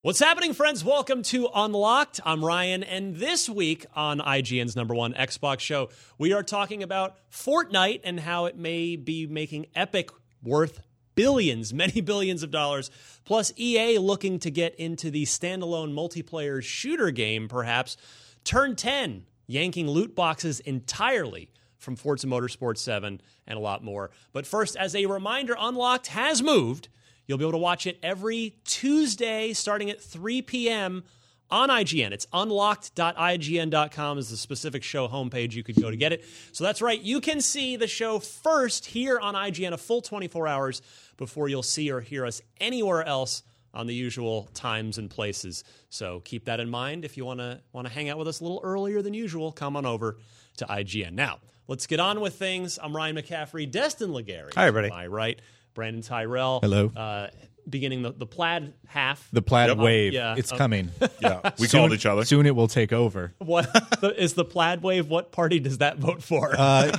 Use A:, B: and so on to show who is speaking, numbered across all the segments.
A: What's happening, friends? Welcome to Unlocked. I'm Ryan, and this week on IGN's number one Xbox show, we are talking about Fortnite and how it may be making Epic worth billions, many billions of dollars, plus EA looking to get into the standalone multiplayer shooter game, perhaps. Turn 10, yanking loot boxes entirely from Forza Motorsport 7 and a lot more. But first, as a reminder, Unlocked has moved. You'll be able to watch it every Tuesday starting at 3 p.m. on IGN. It's unlocked.ign.com is the specific show homepage you could go to get it. So that's right, you can see the show first here on IGN a full 24 hours before you'll see or hear us anywhere else on the usual times and places. So keep that in mind if you want to want to hang out with us a little earlier than usual, come on over to IGN. Now, let's get on with things. I'm Ryan McCaffrey, Destin Legary.
B: Hi, everybody.
A: My right, Brandon Tyrell.
B: Hello.
A: Uh, beginning the, the plaid half.
B: The plaid
A: Yep.
B: wave.
A: Yeah.
B: It's
A: Uh,
B: coming.
C: Yeah, we
B: Soon-
C: called each other.
B: Soon it will take over.
A: What the, is the plaid wave? What party does that vote for?
B: Uh,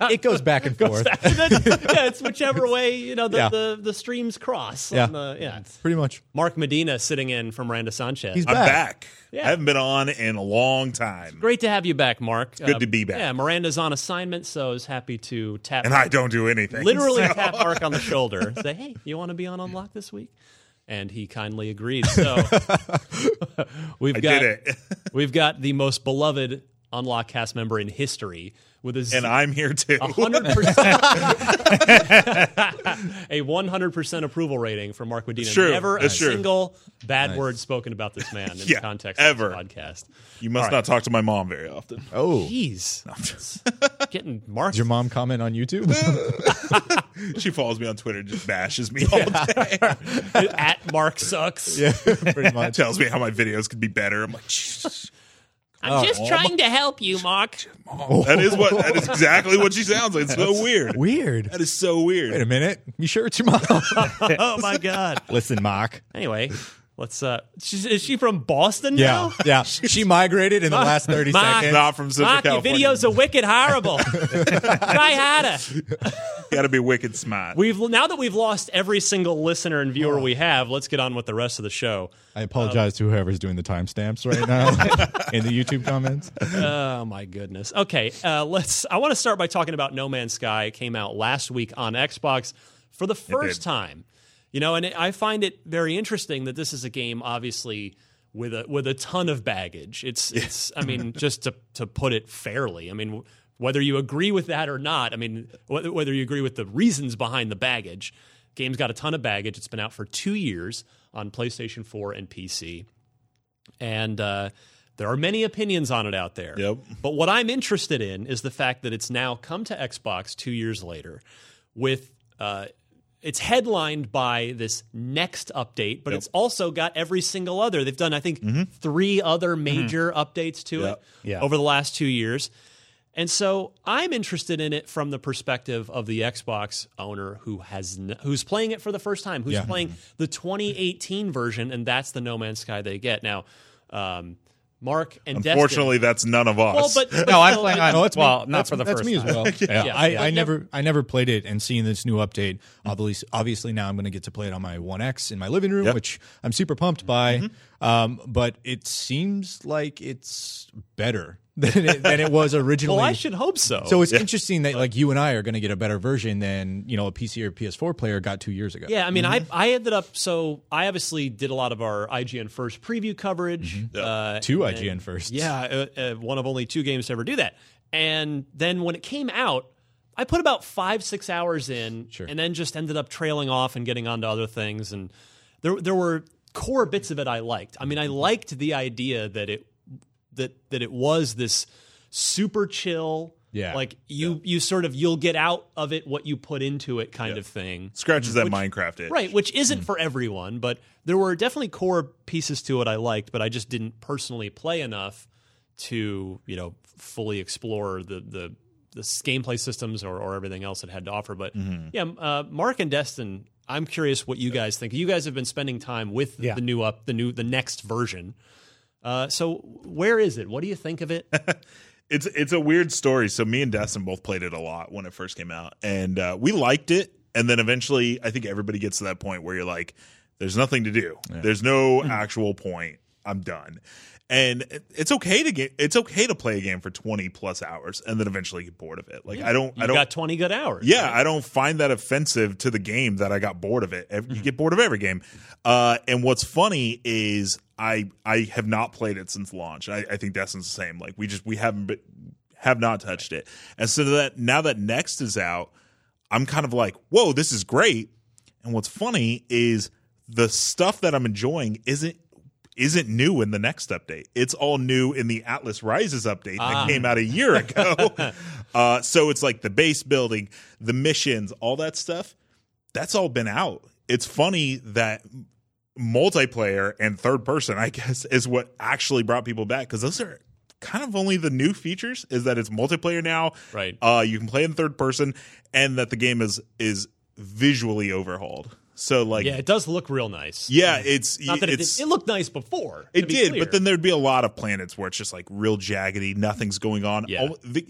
B: It goes back and forth.
A: yeah, it's whichever way you know the,
B: Yeah.
A: the, the streams cross. on
B: Yeah.
A: the- yeah.
B: Pretty much.
A: Mark Medina sitting in from Randa Sanchez.
B: He's
C: I'm
B: back.
C: back.
A: Yeah.
C: I haven't been on in a long time,
A: Great to have you back, Mark. Good
C: to be back.
A: Yeah, Miranda's on assignment, so is happy to tap.
C: and I don't do anything.
A: literally tap Mark on the shoulder, say, "Hey, you want to be on Unlock this week?" And he kindly agreed. So we've
C: I
A: got
C: did it,
A: we've got the most beloved Unlock cast member in history with a
C: and I'm here too.
B: Oh,
A: hundred percent, a one hundred percent approval rating from Mark Medina.
C: It's true.
A: Never a
C: It's true.
A: single bad word spoken about this man in the
C: Yeah,
A: context of this
C: ever.
A: podcast.
C: You must not talk to my mom very often.
B: Oh.
A: Jeez, It's getting Mark.
B: Did your mom comment on YouTube?
C: She follows me on Twitter, just bashes me all day,
A: at Mark sucks.
B: yeah, pretty much.
C: tells me how my videos could be better. I'm like, "Jeez,
A: I'm just
B: Oh.
A: trying to help you, Mark.
C: Mom, that is what that is exactly what she sounds like. It's so weird.
B: Weird.
C: That is so
B: Wait a
C: weird.
B: minute. You sure it's your mom?
A: Oh my god.
B: Listen, Mark.
A: Anyway, let's. uh she's, Is she from Boston
B: Yeah.
A: now?
B: Yeah. She migrated in the last 30
A: Mark.
B: seconds.
C: Not from Central
A: Mark, your
C: California.
A: videos are wicked horrible. Try harder.
C: Got to be wicked smart.
A: We've now that we've lost every single listener and
B: Oh.
A: viewer we have. Let's get on with the rest of the show.
B: I apologize to whoever's doing the timestamps right now in the YouTube comments.
A: Oh my goodness. Okay, uh, let's. I want to start by talking about No Man's Sky. It came out last week on Xbox for the first
C: did.
A: time. You know, and it, I find it very interesting that this is a game, obviously with a with a ton of baggage. It's it's. I mean, just to to put it fairly, I mean. Whether you agree with that or not, I mean, whether, whether you agree with the reasons behind the baggage, game's got a ton of baggage. It's been out for two years on PlayStation 4 and PC and uh, there are many opinions on it out there.
C: Yep.
A: But what I'm interested in is the fact that it's now come to Xbox two years later, with uh, it's headlined by this next update, but it's also got every single other. They've done, I think, three other major updates to
C: Mm-hmm. Yep.
A: it over the last two years. And so I'm interested in it from the perspective of the Xbox owner who has n- who's playing it for the first time, who's
B: Yeah. Mm-hmm.
A: playing the 2018 version, and that's the No Man's Sky they get now. Um, Mark and Destin-
C: Unfortunately, that's none of us.
A: well, but, but
D: No, I'm
A: still,
D: playing
A: but-
D: on-
B: No, Oh, it's
D: Well,
B: me.
D: not
B: That's-
D: for the
B: that's
D: first
B: me as
D: time.
B: well. yeah,
A: Yeah.
B: I,
A: But
B: I
A: nev-
B: never, I never played it, and seeing this new update, obviously, obviously now I'm going to get to play it on my One X in my living room,
C: Yep.
B: which I'm super pumped by. Um, but it seems like it's better than it, than it was originally.
A: Well, I should hope so.
B: so it's interesting that like you and I are going to get a better version than you know a PC or PS4 player got two years ago.
A: yeah, I mean,
B: Mm-hmm.
A: I I ended up so I obviously did a lot of our IGN first preview coverage.
B: Mm-hmm.
A: Uh,
B: two IGN first.
A: Yeah, uh, uh, one of only two games to ever do that. And then when it came out, I put about five six hours in,
B: Sure.
A: and then just ended up trailing off and getting onto other things. And there there were core bits of it I liked. I
B: Mm-hmm.
A: mean, I liked the idea that it that that it was this super chill.
B: Yeah.
A: like you you sort of you'll get out of it what you put into it kind of thing.
C: scratches that Minecraft itch.
A: Right, which
C: Hmm.
A: isn't for everyone, but there were definitely core pieces to it I liked, but I just didn't personally play enough to, you know, fully explore the the the s- gameplay systems or, or everything else it had to offer. But
C: Mm-hmm.
A: yeah, m- uh, Mark and Destin, I'm curious what you guys think. You guys have been spending time with
D: Yeah.
A: the new up, the new, the next version. Uh, so where is it? What do you think of it?
C: it's it's a weird story. So me and Destin both played it a lot when it first came out, and uh, we liked it. And then eventually, I think everybody gets to that point where you're like, There's nothing to do. There's no
A: Hmm.
C: actual point. I'm done. And it- it's okay to get it's okay to play a game for 20 plus hours and then eventually get bored of it. Like I don't I
A: You
C: don't
A: got 20 good hours.
C: yeah, I don't find that offensive to the game that I got bored of it. Ev- You get bored of every game. Uh, and what's funny is I I have not played it since launch. I, I think that's the same. Like we just we haven't been, have not touched it. And so that now that Next is out, I'm kind of like, whoa, this is great. And what's funny is the stuff that I'm enjoying isn't isn't new in the next update. It's all new in the Atlas Rises update that came out a year ago. uh, so it's like the base building, the missions, all that stuff. That's all been out. It's funny that multiplayer and third person, I guess, is what actually brought people back because those are kind of only the new features. Is that it's multiplayer now,
A: Right.
C: Uh, you can play in third person, and that the game is is visually overhauled. So like,
A: Yeah,
C: yeah,
A: it does look real nice.
C: it's
A: Not that it,
C: it's
A: did, it looked nice before. to
C: it
A: be
C: did,
A: clear.
C: but then there'd be a lot of planets where it's just like real jaggedy, nothing's going on.
A: Yeah.
C: Al- The,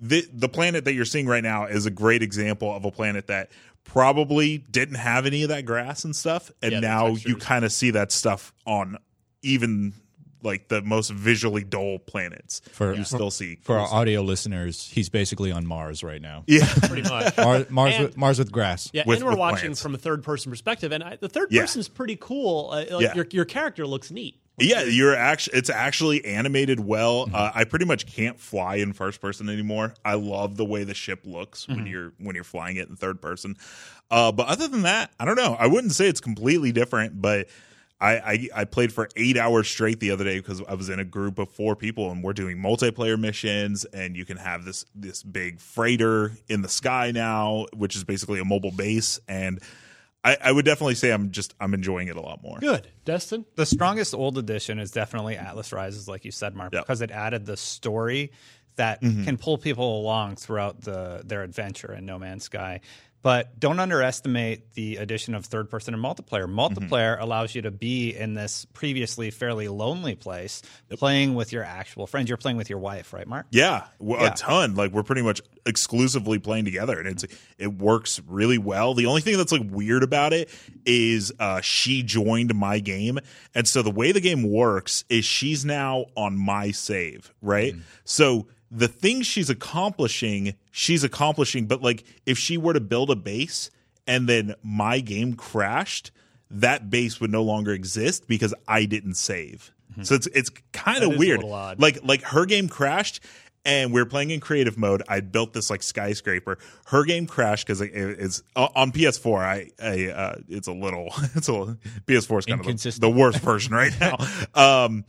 C: the the planet that you're seeing right now is a great example of a planet that probably didn't have any of that grass and stuff, and
A: Yeah, the
C: now you
A: textures.
C: kind of see that stuff on even like the most visually dull planets.
B: For-
C: you still see
B: For our audio listeners, he's basically on Mars right now.
C: yeah,
A: pretty much.
B: Mars, Mars,
A: And-
B: with, Mars with grass.
A: Yeah,
C: with-
A: and we're
C: with
A: watching
C: plants.
A: from a third person perspective, and I, the third
C: Yeah.
A: person's pretty cool. Uh, like
C: Yeah.
A: your your character looks neat.
C: Yeah, you're actually it's actually animated well. Uh, I pretty much can't fly in first person anymore. I love the way the ship looks when you're when you're flying it in third person. Uh, but other than that, I don't know. I wouldn't say it's completely different, but I, I I played for eight hours straight the other day because I was in a group of four people and we're doing multiplayer missions and you can have this this big freighter in the sky now, which is basically a mobile base and. I, I would definitely say I'm just I'm enjoying it a lot more.
A: Good, Destin.
D: the strongest old edition is definitely Atlas Rises, like you said, Mark,
C: Yeah.
D: because it added the story that can pull people along throughout the their adventure in No Man's Sky. But don't underestimate the addition of third person and multiplayer. Multiplayer allows you to be in this previously fairly lonely place, playing with your actual friends. You're playing with your wife, right, Mark?
C: Yeah, w-
D: Yeah.
C: a ton. Like we're pretty much exclusively playing together, and it's it works really well. The only thing that's like weird about it is uh, she joined my game, and so the way the game works is she's now on my save, right?
A: Mm-hmm.
C: So the things she's accomplishing, she's accomplishing. But like if she were to build a base and then my game crashed, that base would no longer exist because I didn't save. So it's it's kind
A: Mm-hmm. That is
C: of
A: a
C: weird
A: little odd.
C: like like her game crashed and we were playing in creative mode i built this like skyscraper her game crashed because it, it's on ps4 i, I uh, it's a little it's a ps4 is kind of the,
B: Inconsistent.
C: the worst version right now um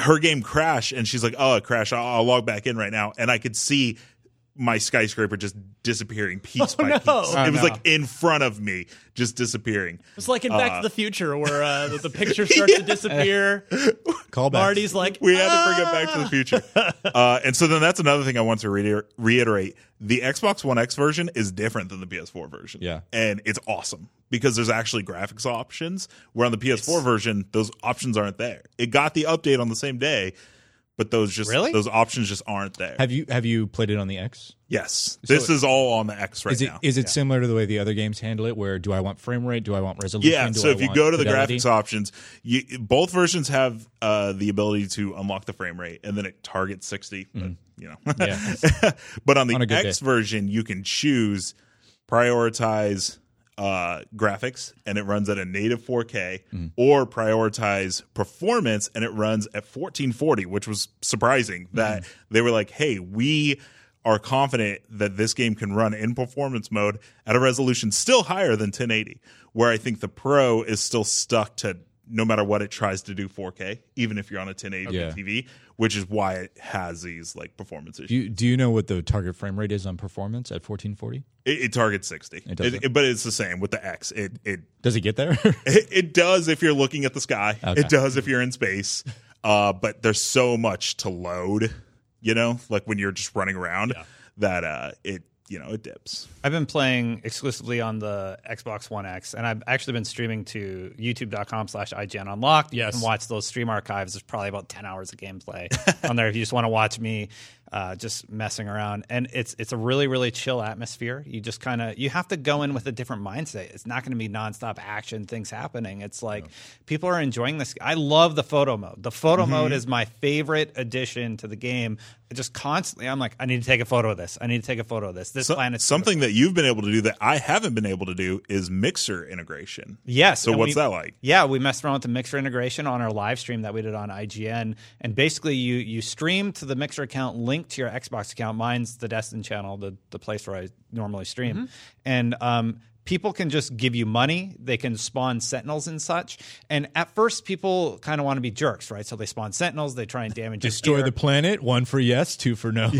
C: her game crashed and she's like oh it crashed I'll, I'll log back in right now and i could see my skyscraper just disappearing piece by
A: Oh, no.
C: piece it was like in front of me just disappearing
A: It's like in Back to the Future where uh, the, the picture starts to disappear.
B: Callback.
A: Marty's like, "Ah."
C: we had to bring it back to
B: Ah.
C: the future. Uh, and so then that's another thing I want to reiter- reiterate. The Xbox One X version is different than the PS4 version.
B: Yeah.
C: And it's awesome because there's actually graphics options where on the PS4 version, those options aren't there. It got the update on the same day, but those just
D: Really?
C: those options just aren't there.
B: Have you have you played it on the X?
C: yes. This is all on the X right
B: Is it is
C: now.
B: it similar to the way the other games handle it? Where do I want frame rate? Do I want resolution?
C: yeah,
B: Do
C: so
B: I
C: if you
B: want
C: go to the
B: fidelity?
C: graphics options, you, both versions have uh, the ability to unlock the frame rate, and then it targets sixty. But, you know,
B: Hmm. yeah,
C: but on the
B: On a good
C: X version, you can choose prioritize uh, graphics, and it runs at a native 4K, or prioritize performance, and it runs at 1440, which was surprising that they were like, "Hey, we." Are confident that this game can run in performance mode at a resolution still higher than 1080, where I think the Pro is still stuck to no matter what it tries to do 4K, even if you're on a 1080
B: Yeah.
C: TV, which is why it has these like performance issues.
B: do you, do you know what the target frame rate is on performance at 1440?
C: It, it targets sixty. It
B: does
C: it, but it's the same with the X. It it
B: Does it get there?
C: it, it does if you're looking at the sky. It does if you're in space. Uh, but there's so much to load. You know, like when you're just running around, that uh, it you know it dips.
D: I've been playing exclusively on the Xbox One X, and I've actually been streaming to youtube.com slash IGN Unlocked.
A: Yes.
D: You can watch those stream archives. There's probably about 10 hours of gameplay on there if you just want to watch me uh, just messing around. And it's it's a really really chill atmosphere. You just kind of you have to go in with a different mindset. It's not going to be nonstop action things happening. It's like people are enjoying this. I love the photo mode. The photo mode is my favorite addition to the game. Just constantly, I'm like, I need to take a photo of this. I need to take a photo of this. This
C: So-
D: planet's beautiful.
C: something that you've been able to do that I haven't been able to do is mixer integration.
D: Yes.
C: So
D: and
C: what's
D: we-
C: that like?
D: Yeah, we messed around with the Mixer integration on our live stream that we did on IGN, and basically you you stream to the Mixer account linked to your Xbox account. Mine's the Destin channel, the the place where I normally stream,
C: Mm-hmm.
D: and um, people can just give you money. They can spawn Sentinels and such. And at first, people kind of want to be jerks, right? So they spawn Sentinels, they try and damage your
B: Destroy
D: ear.
B: the planet. One for yes, two for no.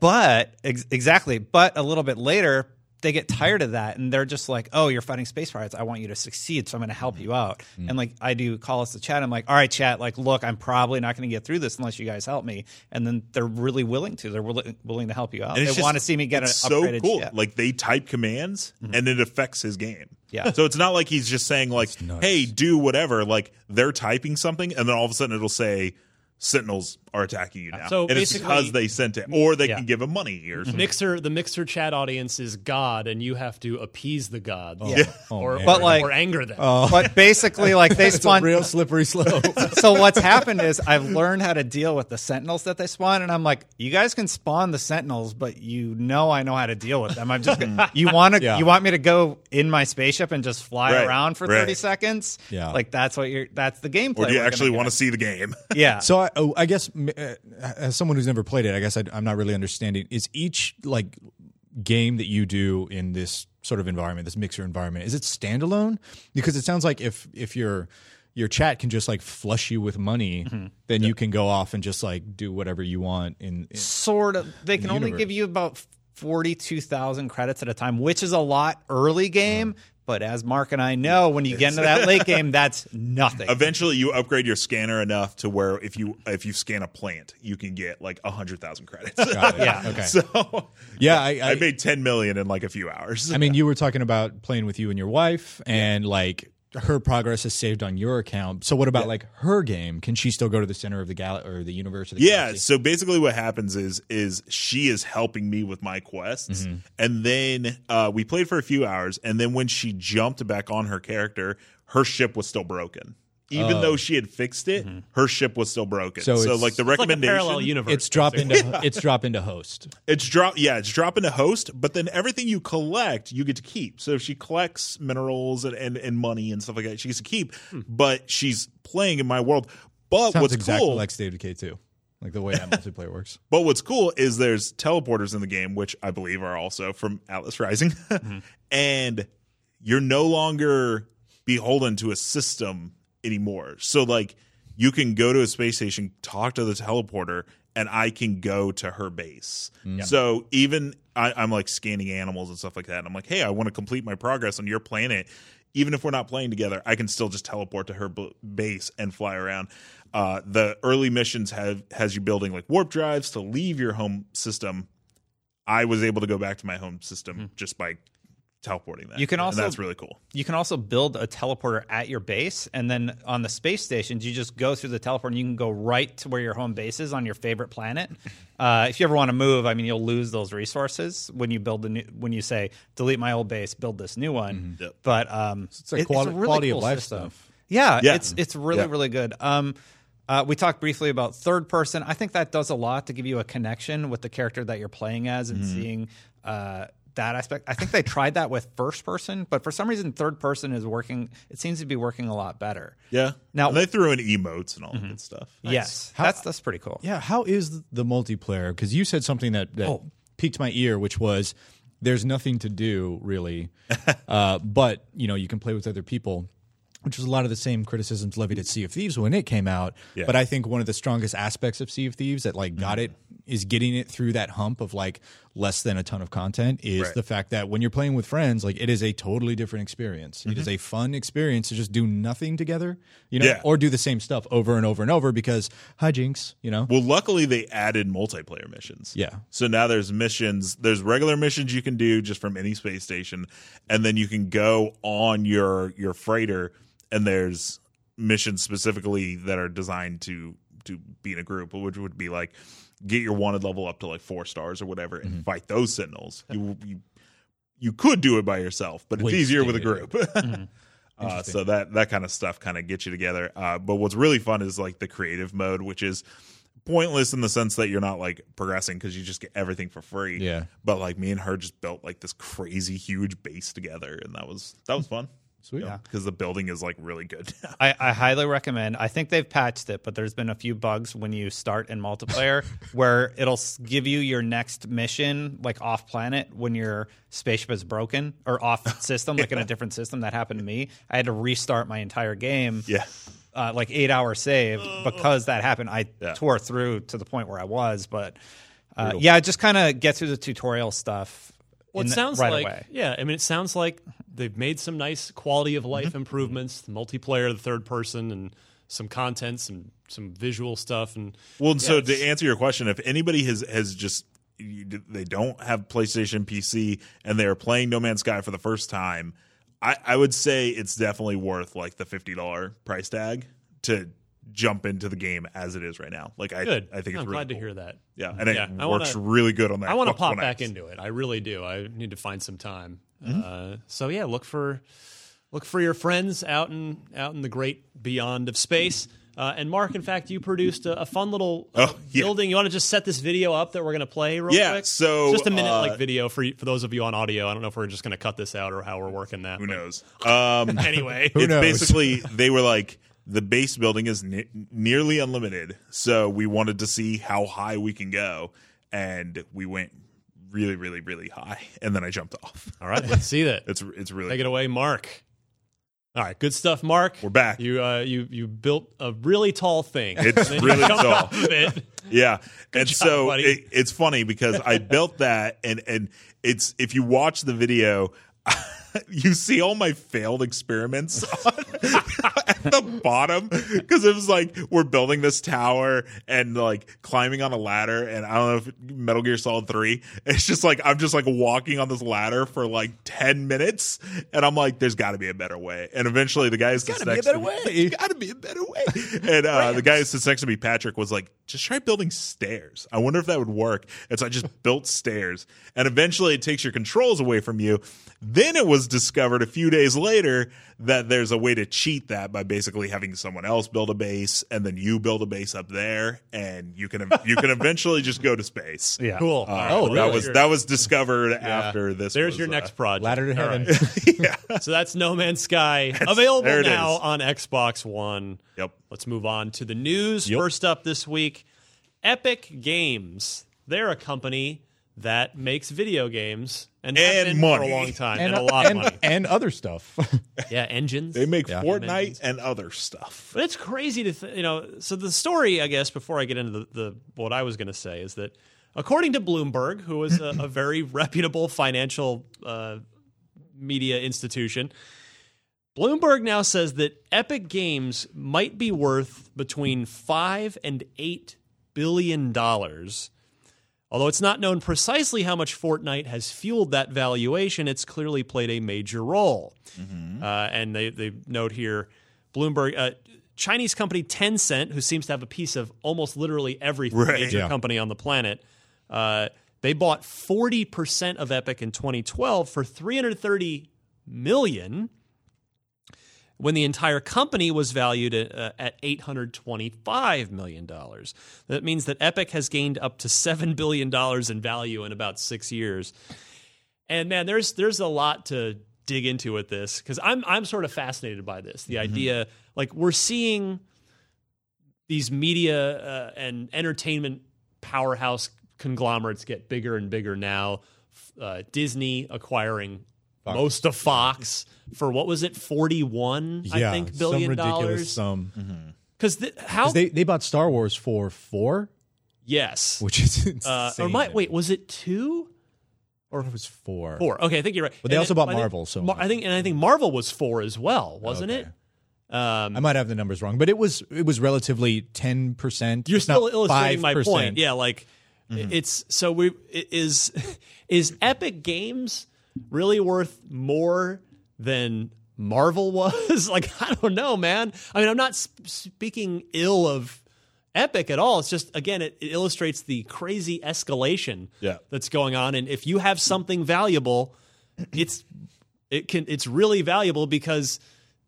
D: But ex- exactly. But a little bit later, they get tired of that and they're just like, "Oh, you're fighting space pirates. I want you to succeed, so I'm going to
C: Mm-hmm.
D: help you out." And like I do, call us the chat. I'm like, "All right, chat. Like, look, I'm probably not going to get through this unless you guys help me." And then they're really willing to. They're willi- willing to help you out.
C: And
D: They
C: it's just-
D: want to see me get an
C: it's so
D: upgraded
C: cool.
D: ship. Mm-hmm.
C: Like they type commands and it affects his game.
D: Yeah.
C: So it's not like he's just saying like, "Hey, do whatever." Like they're typing something, and then all of a sudden it'll say, "Sentinels are attacking you now."
A: So
C: and it's
A: basically-
C: because they sent it, or they
D: Yeah. Mm-hmm.
C: can give him money or something.
A: Mixer, the Mixer chat audience is God, and you have to appease the God,
D: Yeah.
A: or,
B: man.
A: or,
D: Oh. But, like-
A: or anger
C: uh,
A: them.
D: But basically, like
B: Oh.
D: they
B: it's a
D: spawn
B: real slippery slope.
D: so what's happened is I've learned how to deal with the sentinels that they spawn, and I'm like, you guys can spawn the sentinels, but you know I know how to deal with them. I'm just gonna, you want to
B: Yeah.
D: you want me to go in my spaceship and just fly
C: Right,
D: around for
C: right.
D: 30 seconds?
B: Yeah.
D: like that's what you're that's the gameplay.
C: Or do you
D: we're
C: actually
D: gonna
C: want to
D: get.
C: see the game?
D: Yeah.
B: So I, oh, I guess m- uh, as someone who's never played it, I guess I, am not really understanding. Is each like game that you do in this sort of environment, this mixer environment, is it standalone? Because it sounds like if if your your chat can just like flush you with money, then you can go off and just like do whatever you want. In, in
D: sort of they can only
B: universe.
D: give you about 42,000 credits at a time, which is a lot early game. But as Mark and I know, when you get into that late game, that's nothing.
C: Eventually, you upgrade your scanner enough to where if you if you scan a plant, you can get like hundred thousand credits.
D: Yeah.
B: uh, okay,
C: so
B: yeah, I, I,
C: I made ten million in like a few hours.
B: I mean, you were talking about playing with you and your wife, and like her progress is saved on your account. So what about like her game? Can she still go to the center of the gal or the universe? Or the
C: Yeah.
B: galaxy?
C: So basically, what happens is is she is helping me with my quests,
B: Mm-hmm.
C: and then uh, we played for a few hours, and then when she jumped back on her character, her ship was still broken. Even though she had fixed it, her ship was still broken.
B: Oh. Mm-hmm. So
C: So,
B: it's-
C: like the
A: it's like a
C: recommendation,
A: parallel universe.
B: It's drop into it's drop into host.
C: It's drop yeah, it's drop into host, but then everything you collect you get to keep. So if she collects minerals and, and, and money and stuff like that, she gets to keep. But she's playing in my world. But
B: Hmm. Sounds
C: what's
B: exactly
C: cool
B: like State of Decay 2. Like the way that multiplayer works.
C: but what's cool is there's teleporters in the game, which I believe are also from Atlas Rising. and you're no longer beholden to a system anymore. So like you can go to a space station, talk to the teleporter, and I can go to her base. So even I, I'm like scanning animals and stuff like that. And I'm like, hey, I want to complete my progress on your planet. Even if we're not playing together, I can still just teleport to her b- base and fly around. Uh, the early missions have has you building like warp drives to leave your home system. I was able to go back to my home system just by teleporting that.
D: Hmm. You can
C: And
D: also-
C: that's really cool.
D: you can also build a teleporter at your base and then on the space stations you just go through the teleporter and you can go right to where your home base is on your favorite planet uh, if you ever want to move i mean you'll lose those resources when you build the new when you say delete my old base build this new one
C: Mm-hmm. Yep.
D: but um,
B: It's like
D: it-
B: quali-
D: really
B: quality of
D: cool
B: life
D: system.
B: stuff.
D: Yeah,
C: Yeah.
D: it's it's really
C: Yeah.
D: really good. Um, uh, we talked briefly about third person. I think that does a lot to give you a connection with the character that you're playing as and seeing uh, that aspect. I think they tried that with first person, but for some reason, third person is working. It seems to be working a lot better.
C: Yeah.
D: Now- Mm-hmm.
C: And they threw in emotes and all that good stuff.
D: Yes, that's that's pretty cool.
B: Yeah, how is the multiplayer? Because you said something that, that piqued my ear, which was there's nothing to do really, uh, but you know you can play with other people, which was a lot of the same criticisms levied at Sea of Thieves when it came out. But I think one of the strongest aspects of Sea of Thieves that like got it is getting it through that hump of like less than a ton of content is the fact that when you're playing with friends, like it is a totally different experience. It is a fun experience to just do nothing together, you know,
C: Yeah.
B: or do the same stuff over and over and over because hijinks, you know.
C: Well, luckily they added multiplayer missions.
B: Yeah.
C: So now there's missions, there's regular missions you can do just from any space station, and then you can go on your your freighter and there's missions specifically that are designed to to be in a group, which would be like get your wanted level up to like four stars or whatever and fight those sentinels. You, you you could do it by yourself, but it's
B: Way
C: easier with a
B: stickier.
C: group.
B: Mm-hmm.
C: Uh, so that that kind of stuff kind of gets you together. Uh, but what's really fun is like the creative mode, which is pointless in the sense that you're not like progressing because you just get everything for free.
B: Yeah.
C: But like me and her just built like this crazy huge base together, and that was that was fun.
B: Sweet.
C: Because the building is like really good. now.
D: I, I highly recommend. I think they've patched it, but there's been a few bugs when you start in multiplayer where it'll s- give you your next mission like off planet when your spaceship is broken or off system, like in a different system. That happened to me. I had to restart my entire game.
C: yeah.
D: uh, like eight hour save because that happened. I tore through to the point where I was, but uh, yeah, just kind of get through the tutorial stuff.
A: Well, it
D: in the-
A: sounds
D: right
A: like
D: away.
A: yeah. I mean, it sounds like they've made some nice quality of
C: Mm-hmm.
A: life improvements, the multiplayer, the third person, and some content, some some visual stuff, and
C: Well, and so to answer your question, if anybody has has just you, they don't have PlayStation PC and they are playing No Man's Sky for the first time, I, I would say it's definitely worth like the fifty dollar price tag to jump into the game as it is right now. Like I,
A: good.
C: I think it's
A: I'm
C: really
A: glad to
C: cool.
A: hear that.
C: Yeah, and
A: Yeah,
C: it
A: I
C: works
A: wanna-
C: really good on that.
A: I want to pop
C: One
A: back
C: X.
A: into it. I really do. I need to find some time.
C: Mm-hmm.
A: Uh, so yeah, look for look for your friends out in out in the great beyond of space. Uh, and Mark, in fact, you produced a, a fun little uh,
C: Oh, yeah.
A: building. You want to just set this video up that we're going to play real
C: Yeah,
A: quick?
C: so,
A: just a minute
C: uh,
A: like video for you- for those of you on audio. I don't know if we're just going to cut this out or how we're working that.
C: Who knows? Um,
A: Anyway,
B: Who
C: it's
B: knows?
C: basically they were like the base building is ne- nearly unlimited, so we wanted to see how high we can go, and we went really, really, really high, and then I jumped off.
A: all right, let's see that.
C: It's it's really
A: Take it away, Mark. All right, good stuff, Mark.
C: We're back.
A: You uh, you you built a really tall thing.
C: It's
A: Then you
C: really
A: jumped
C: tall.
A: off of it.
C: yeah, and
A: job,
C: so
A: buddy.
C: it, it's funny because I built that, and and it's if you watch the video. You see all my failed experiments on, at the bottom because it was like we're building this tower and like climbing on a ladder and I don't know if Metal Gear Solid Three. It's just like I'm just like walking on this ladder for like ten minutes and I'm like, there's got to be a better way. And eventually the guys that's next to me-
B: way.
C: There's gotta be a better way. And uh, the guy that sits next to me, Patrick, was like, just try building stairs. I wonder if that would work. And so I just built stairs. And eventually it takes your controls away from you. Then it was discovered a few days later that there's a way to cheat that by basically having someone else build a base and then you build a base up there and you can you can eventually just go to space.
D: Yeah.
A: Cool.
C: Uh,
A: oh,
C: that
A: really?
C: was that was discovered after this.
A: There's
C: was,
A: your
C: uh,
A: next project.
B: Ladder to
A: All
B: heaven.
A: right. so that's No Man's Sky
C: there
A: available
C: it
A: now
C: is.
A: on Xbox One.
C: Yep.
A: Let's move on to the news. First up this week, Epic Games. They're a company that makes video games and, have been
C: And
A: for
C: money.
A: a long time and, a lot of
B: and,
A: money.
B: and other stuff.
A: Yeah, engines.
C: They make
A: Amazing.
C: Fortnite and other stuff.
A: But it's crazy to th- you know. So the story, I guess, before I get into the, the what I was going to say is that, according to Bloomberg, who is a, a very reputable financial uh, media institution, Bloomberg now says that Epic Games might be worth between five and eight billion dollars. Although it's not known precisely how much Fortnite has fueled that valuation, it's clearly played a major role. Uh, and they, they note here Bloomberg, uh, Chinese company Tencent, who seems to have a piece of almost literally every
C: Right.
A: major
B: Yeah.
A: company on the planet, uh, they bought 40% of Epic in 2012 for 330 million when the entire company was valued at, uh, at $825 million. That means that Epic has gained up to $7 billion in value in about six years. And man, there's there's a lot to dig into with this because I'm I'm sort of fascinated by this. The
B: Mm-hmm.
A: idea, like we're seeing these media uh, and entertainment powerhouse conglomerates get bigger and bigger now. F- Uh, Disney acquiring most of Fox for what was it, forty one? I think billion
B: some ridiculous
A: dollars.
B: sum.
A: Because th- how?
B: 'Cause They they bought Star Wars for four,
A: yes.
B: which is insane.
A: Uh, or my, wait, was it two?
B: or it was four.
A: Four. Okay, I think you're right. But
B: they also bought Marvel, so-
A: I think, and I think Marvel was four as well, wasn't it? Um,
B: I might have the numbers wrong, but it was it was relatively ten percent.
A: you're still illustrating my point. Yeah, like it's so we i- is is Epic Games really worth more than Marvel was? like I don't know, man. I mean, I'm not sp- speaking ill of epic at all. It's just again, it, it illustrates the crazy escalation
C: Yeah.
A: that's going on. And if you have something valuable, it's it can it's really valuable because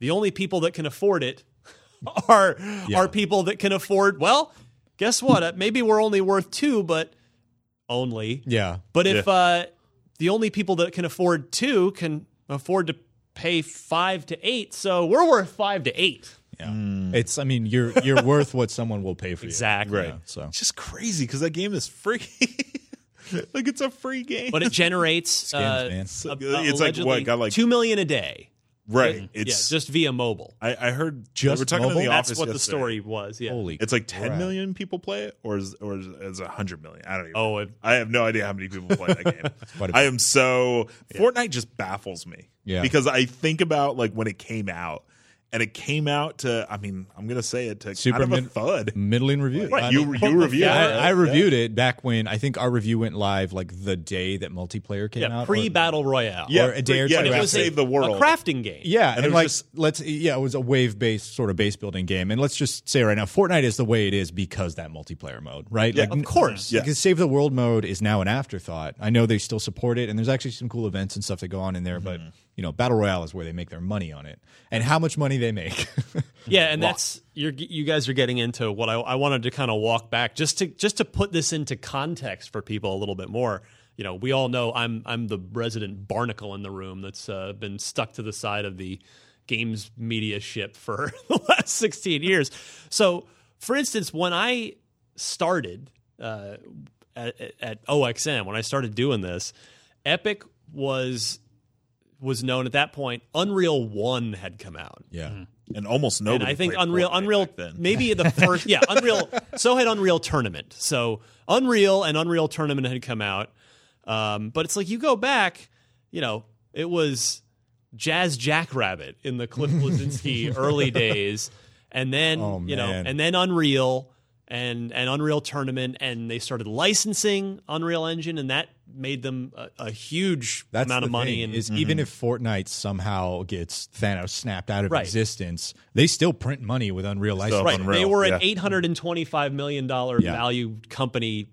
A: the only people that can afford it are are people that can afford. Well, guess what? Uh, Maybe we're only worth two, but only.
B: Yeah.
A: But if uh, the only people that can afford two can afford to pay five to eight, so we're worth five to eight.
B: Yeah. It's I mean you're you're worth what someone will pay for you.
A: Exactly.
B: Yeah, so
C: It's just crazy because that game is free. like it's a free game.
A: But it generates uh,
B: man.
A: a- a-
C: It's like, what,
A: allegedly
C: got like-
A: two million a day.
C: right.
A: Yeah,
C: It's
A: just via mobile.
C: I, I heard
B: Just
C: we were talking in
B: mobile?
C: the
A: That's
C: office
A: what the
C: yesterday.
A: story was. Yeah.
B: holy
C: It's like 10 million
B: crap.
C: people play it, or is or is, is it 100 million? I don't even.
A: Oh, it-
C: I have no idea how many people play that game.
B: quite a bit.
C: I am so Fortnite just baffles me.
B: Yeah.
C: because I think about like when it came out, and it came out to. I mean, I'm gonna say it to
B: Super
C: kind of a
B: mid-
C: thud.
B: middling review.
C: Right,
B: I
C: you
B: mean,
C: you reviewed it.
B: I, I
C: right?
B: reviewed it back when I think our review went live like the day that multiplayer came
A: Yeah,
B: out.
A: pre Battle Royale.
C: yeah,
B: or a day or
C: pre- yeah,
A: But
B: two
A: it
B: after.
A: was a,
C: Save the World.
A: a crafting game.
B: Yeah,
C: it
B: and,
C: was
B: like
C: just-
B: let's yeah, it was a wave based sort of base building game, and let's just say right now, Fortnite is the way it is because that multiplayer mode, right? Yeah,
A: of course.
C: Yeah.
B: Because Save the World mode is now an afterthought. I know they still support it, and there's actually some cool events and stuff that go on in there, but
A: Mm-hmm.
B: you know, Battle Royale is where they make their money on it, and how much money they make.
A: Mm-hmm. Yeah, and that's you're you guys are getting into what I, I wanted to kind of walk back just to just to put this into context for people a little bit more. You know, we all know I'm I'm the resident barnacle in the room that's uh, been stuck to the side of the games media ship for the last 16 years. So, for instance, when I started uh, at, at OXM, when I started doing this, Epic was was known at that point. Unreal One had come out.
B: yeah,
C: and almost nobody.
A: And I think
C: played
A: Unreal,
C: Fortnite
A: Unreal,
C: back then.
A: maybe the first, yeah, Unreal. So had Unreal Tournament. So Unreal and Unreal Tournament had come out. Um, but it's like you go back, you know, it was Jazz Jackrabbit in the Cliff Blazinski early days, and then
B: Oh,
A: you know,
B: man.
A: and then Unreal and and Unreal Tournament, and they started licensing Unreal Engine, and that made them a, a huge
B: That's
A: amount
B: the
A: of money.
B: thing,
A: and mm-hmm.
B: is even if Fortnite somehow gets Thanos snapped out of
A: Right.
B: existence, they still print money with Unreal license.
A: Right.
C: Unreal,
A: They were an
C: yeah.
A: $825 million
B: Yeah.
A: value company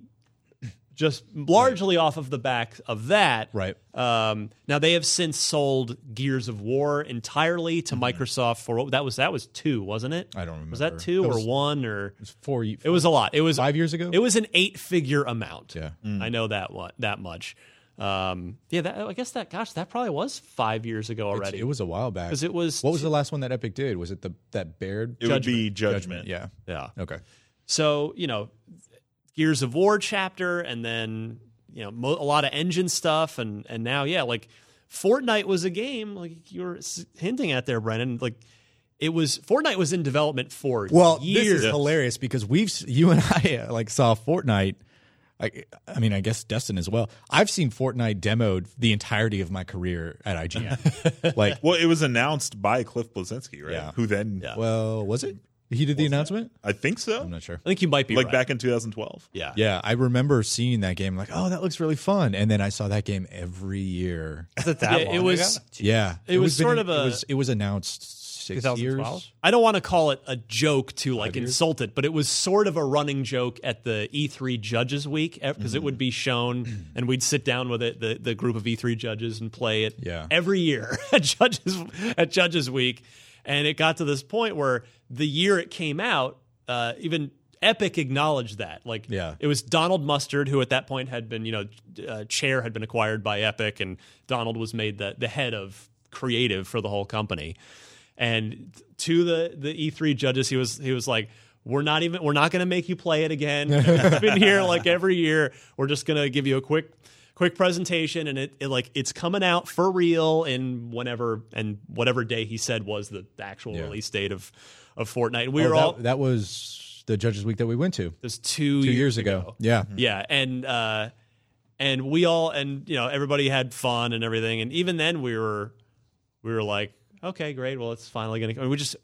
A: just largely off of the back of that.
B: Right.
A: Um, now they have since sold Gears of War entirely to Microsoft for that was that was 2, wasn't it?
B: Mm-hmm. I don't
A: Was that
B: remember.
A: 2
B: That
A: or
B: was-
A: 1 or
B: Four,
A: It was a lot. It was
B: five years ago.
A: It was an eight-figure amount.
B: Yeah. Mm.
A: I know that one, that much. Um, yeah, that, I guess that. Gosh, that probably was five years ago
B: It's-
A: already.
B: It was a while back.
A: 'Cause it was
B: What was the last one that Epic did? Was it the that Baird?
C: it would be Judgment.
B: Yeah.
A: yeah.
B: Okay.
A: So you know, Gears of War chapter, and then you know mo- a lot of engine stuff, and and now yeah, like Fortnite was a game like you were s- hinting at there, Brennan. Like it was Fortnite was in development for
B: Well,
A: years.
B: this is hilarious because we've s- you and I uh, like saw Fortnite. I, I mean, I guess Destin as well. I've seen Fortnite demoed the entirety of my career at IGN. like,
C: Well, it was announced by Cliff Blazinski, right?
B: Yeah.
C: Who then?
B: well, was it? He did the announcement.
C: I think so.
B: I'm not sure.
A: I think you might be
C: like
A: right.
C: back in 2012.
A: yeah.
B: Yeah, I remember seeing that game. Like, oh, that looks really fun. And then I saw that game every year.
D: Is it that
A: Yeah,
D: long
A: it was-
D: ago?
B: Yeah,
A: It was
B: been-
A: sort of a-
B: It was, it was announced six years.
D: 2012?
A: I don't want to call it a joke to like insult it, but it was sort of a running joke at the E3 Judges Week because
B: Mm-hmm.
A: it would be shown, and we'd sit down with it, the, the group of E3 judges, and play it
B: Yeah.
A: every year at Judges at Judges Week. And it got to this point where the year it came out, uh, even Epic acknowledged that. Like,
B: Yeah.
A: it was Donald Mustard who at that point had been, you know, uh, chair had been acquired by Epic, and Donald was made the the head of creative for the whole company. And to the the E3 judges, he was he was like, "We're not even we're not going to make you play it again. It's been here like every year. We're just going to give you a quick." quick presentation and it, it like it's coming out for real in whenever and whatever day he said was the actual release date of of Fortnite. We
B: Oh,
A: were
B: that,
A: all
B: that was the Judges Week that we went to two,
A: it was two, Mm-hmm.
B: years ago. Yeah.
A: yeah and uh and we all and you know everybody had fun and everything and even then we were we were like okay great well it's finally gonna come we just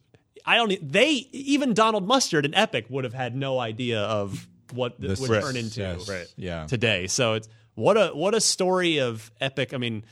A: i don't e- they even donald mustard and epic would have had no idea of what this would
B: Right.
A: turn into
B: Yes.
C: Right.
B: Yeah.
A: today so it's what a what a story of epic i mean I-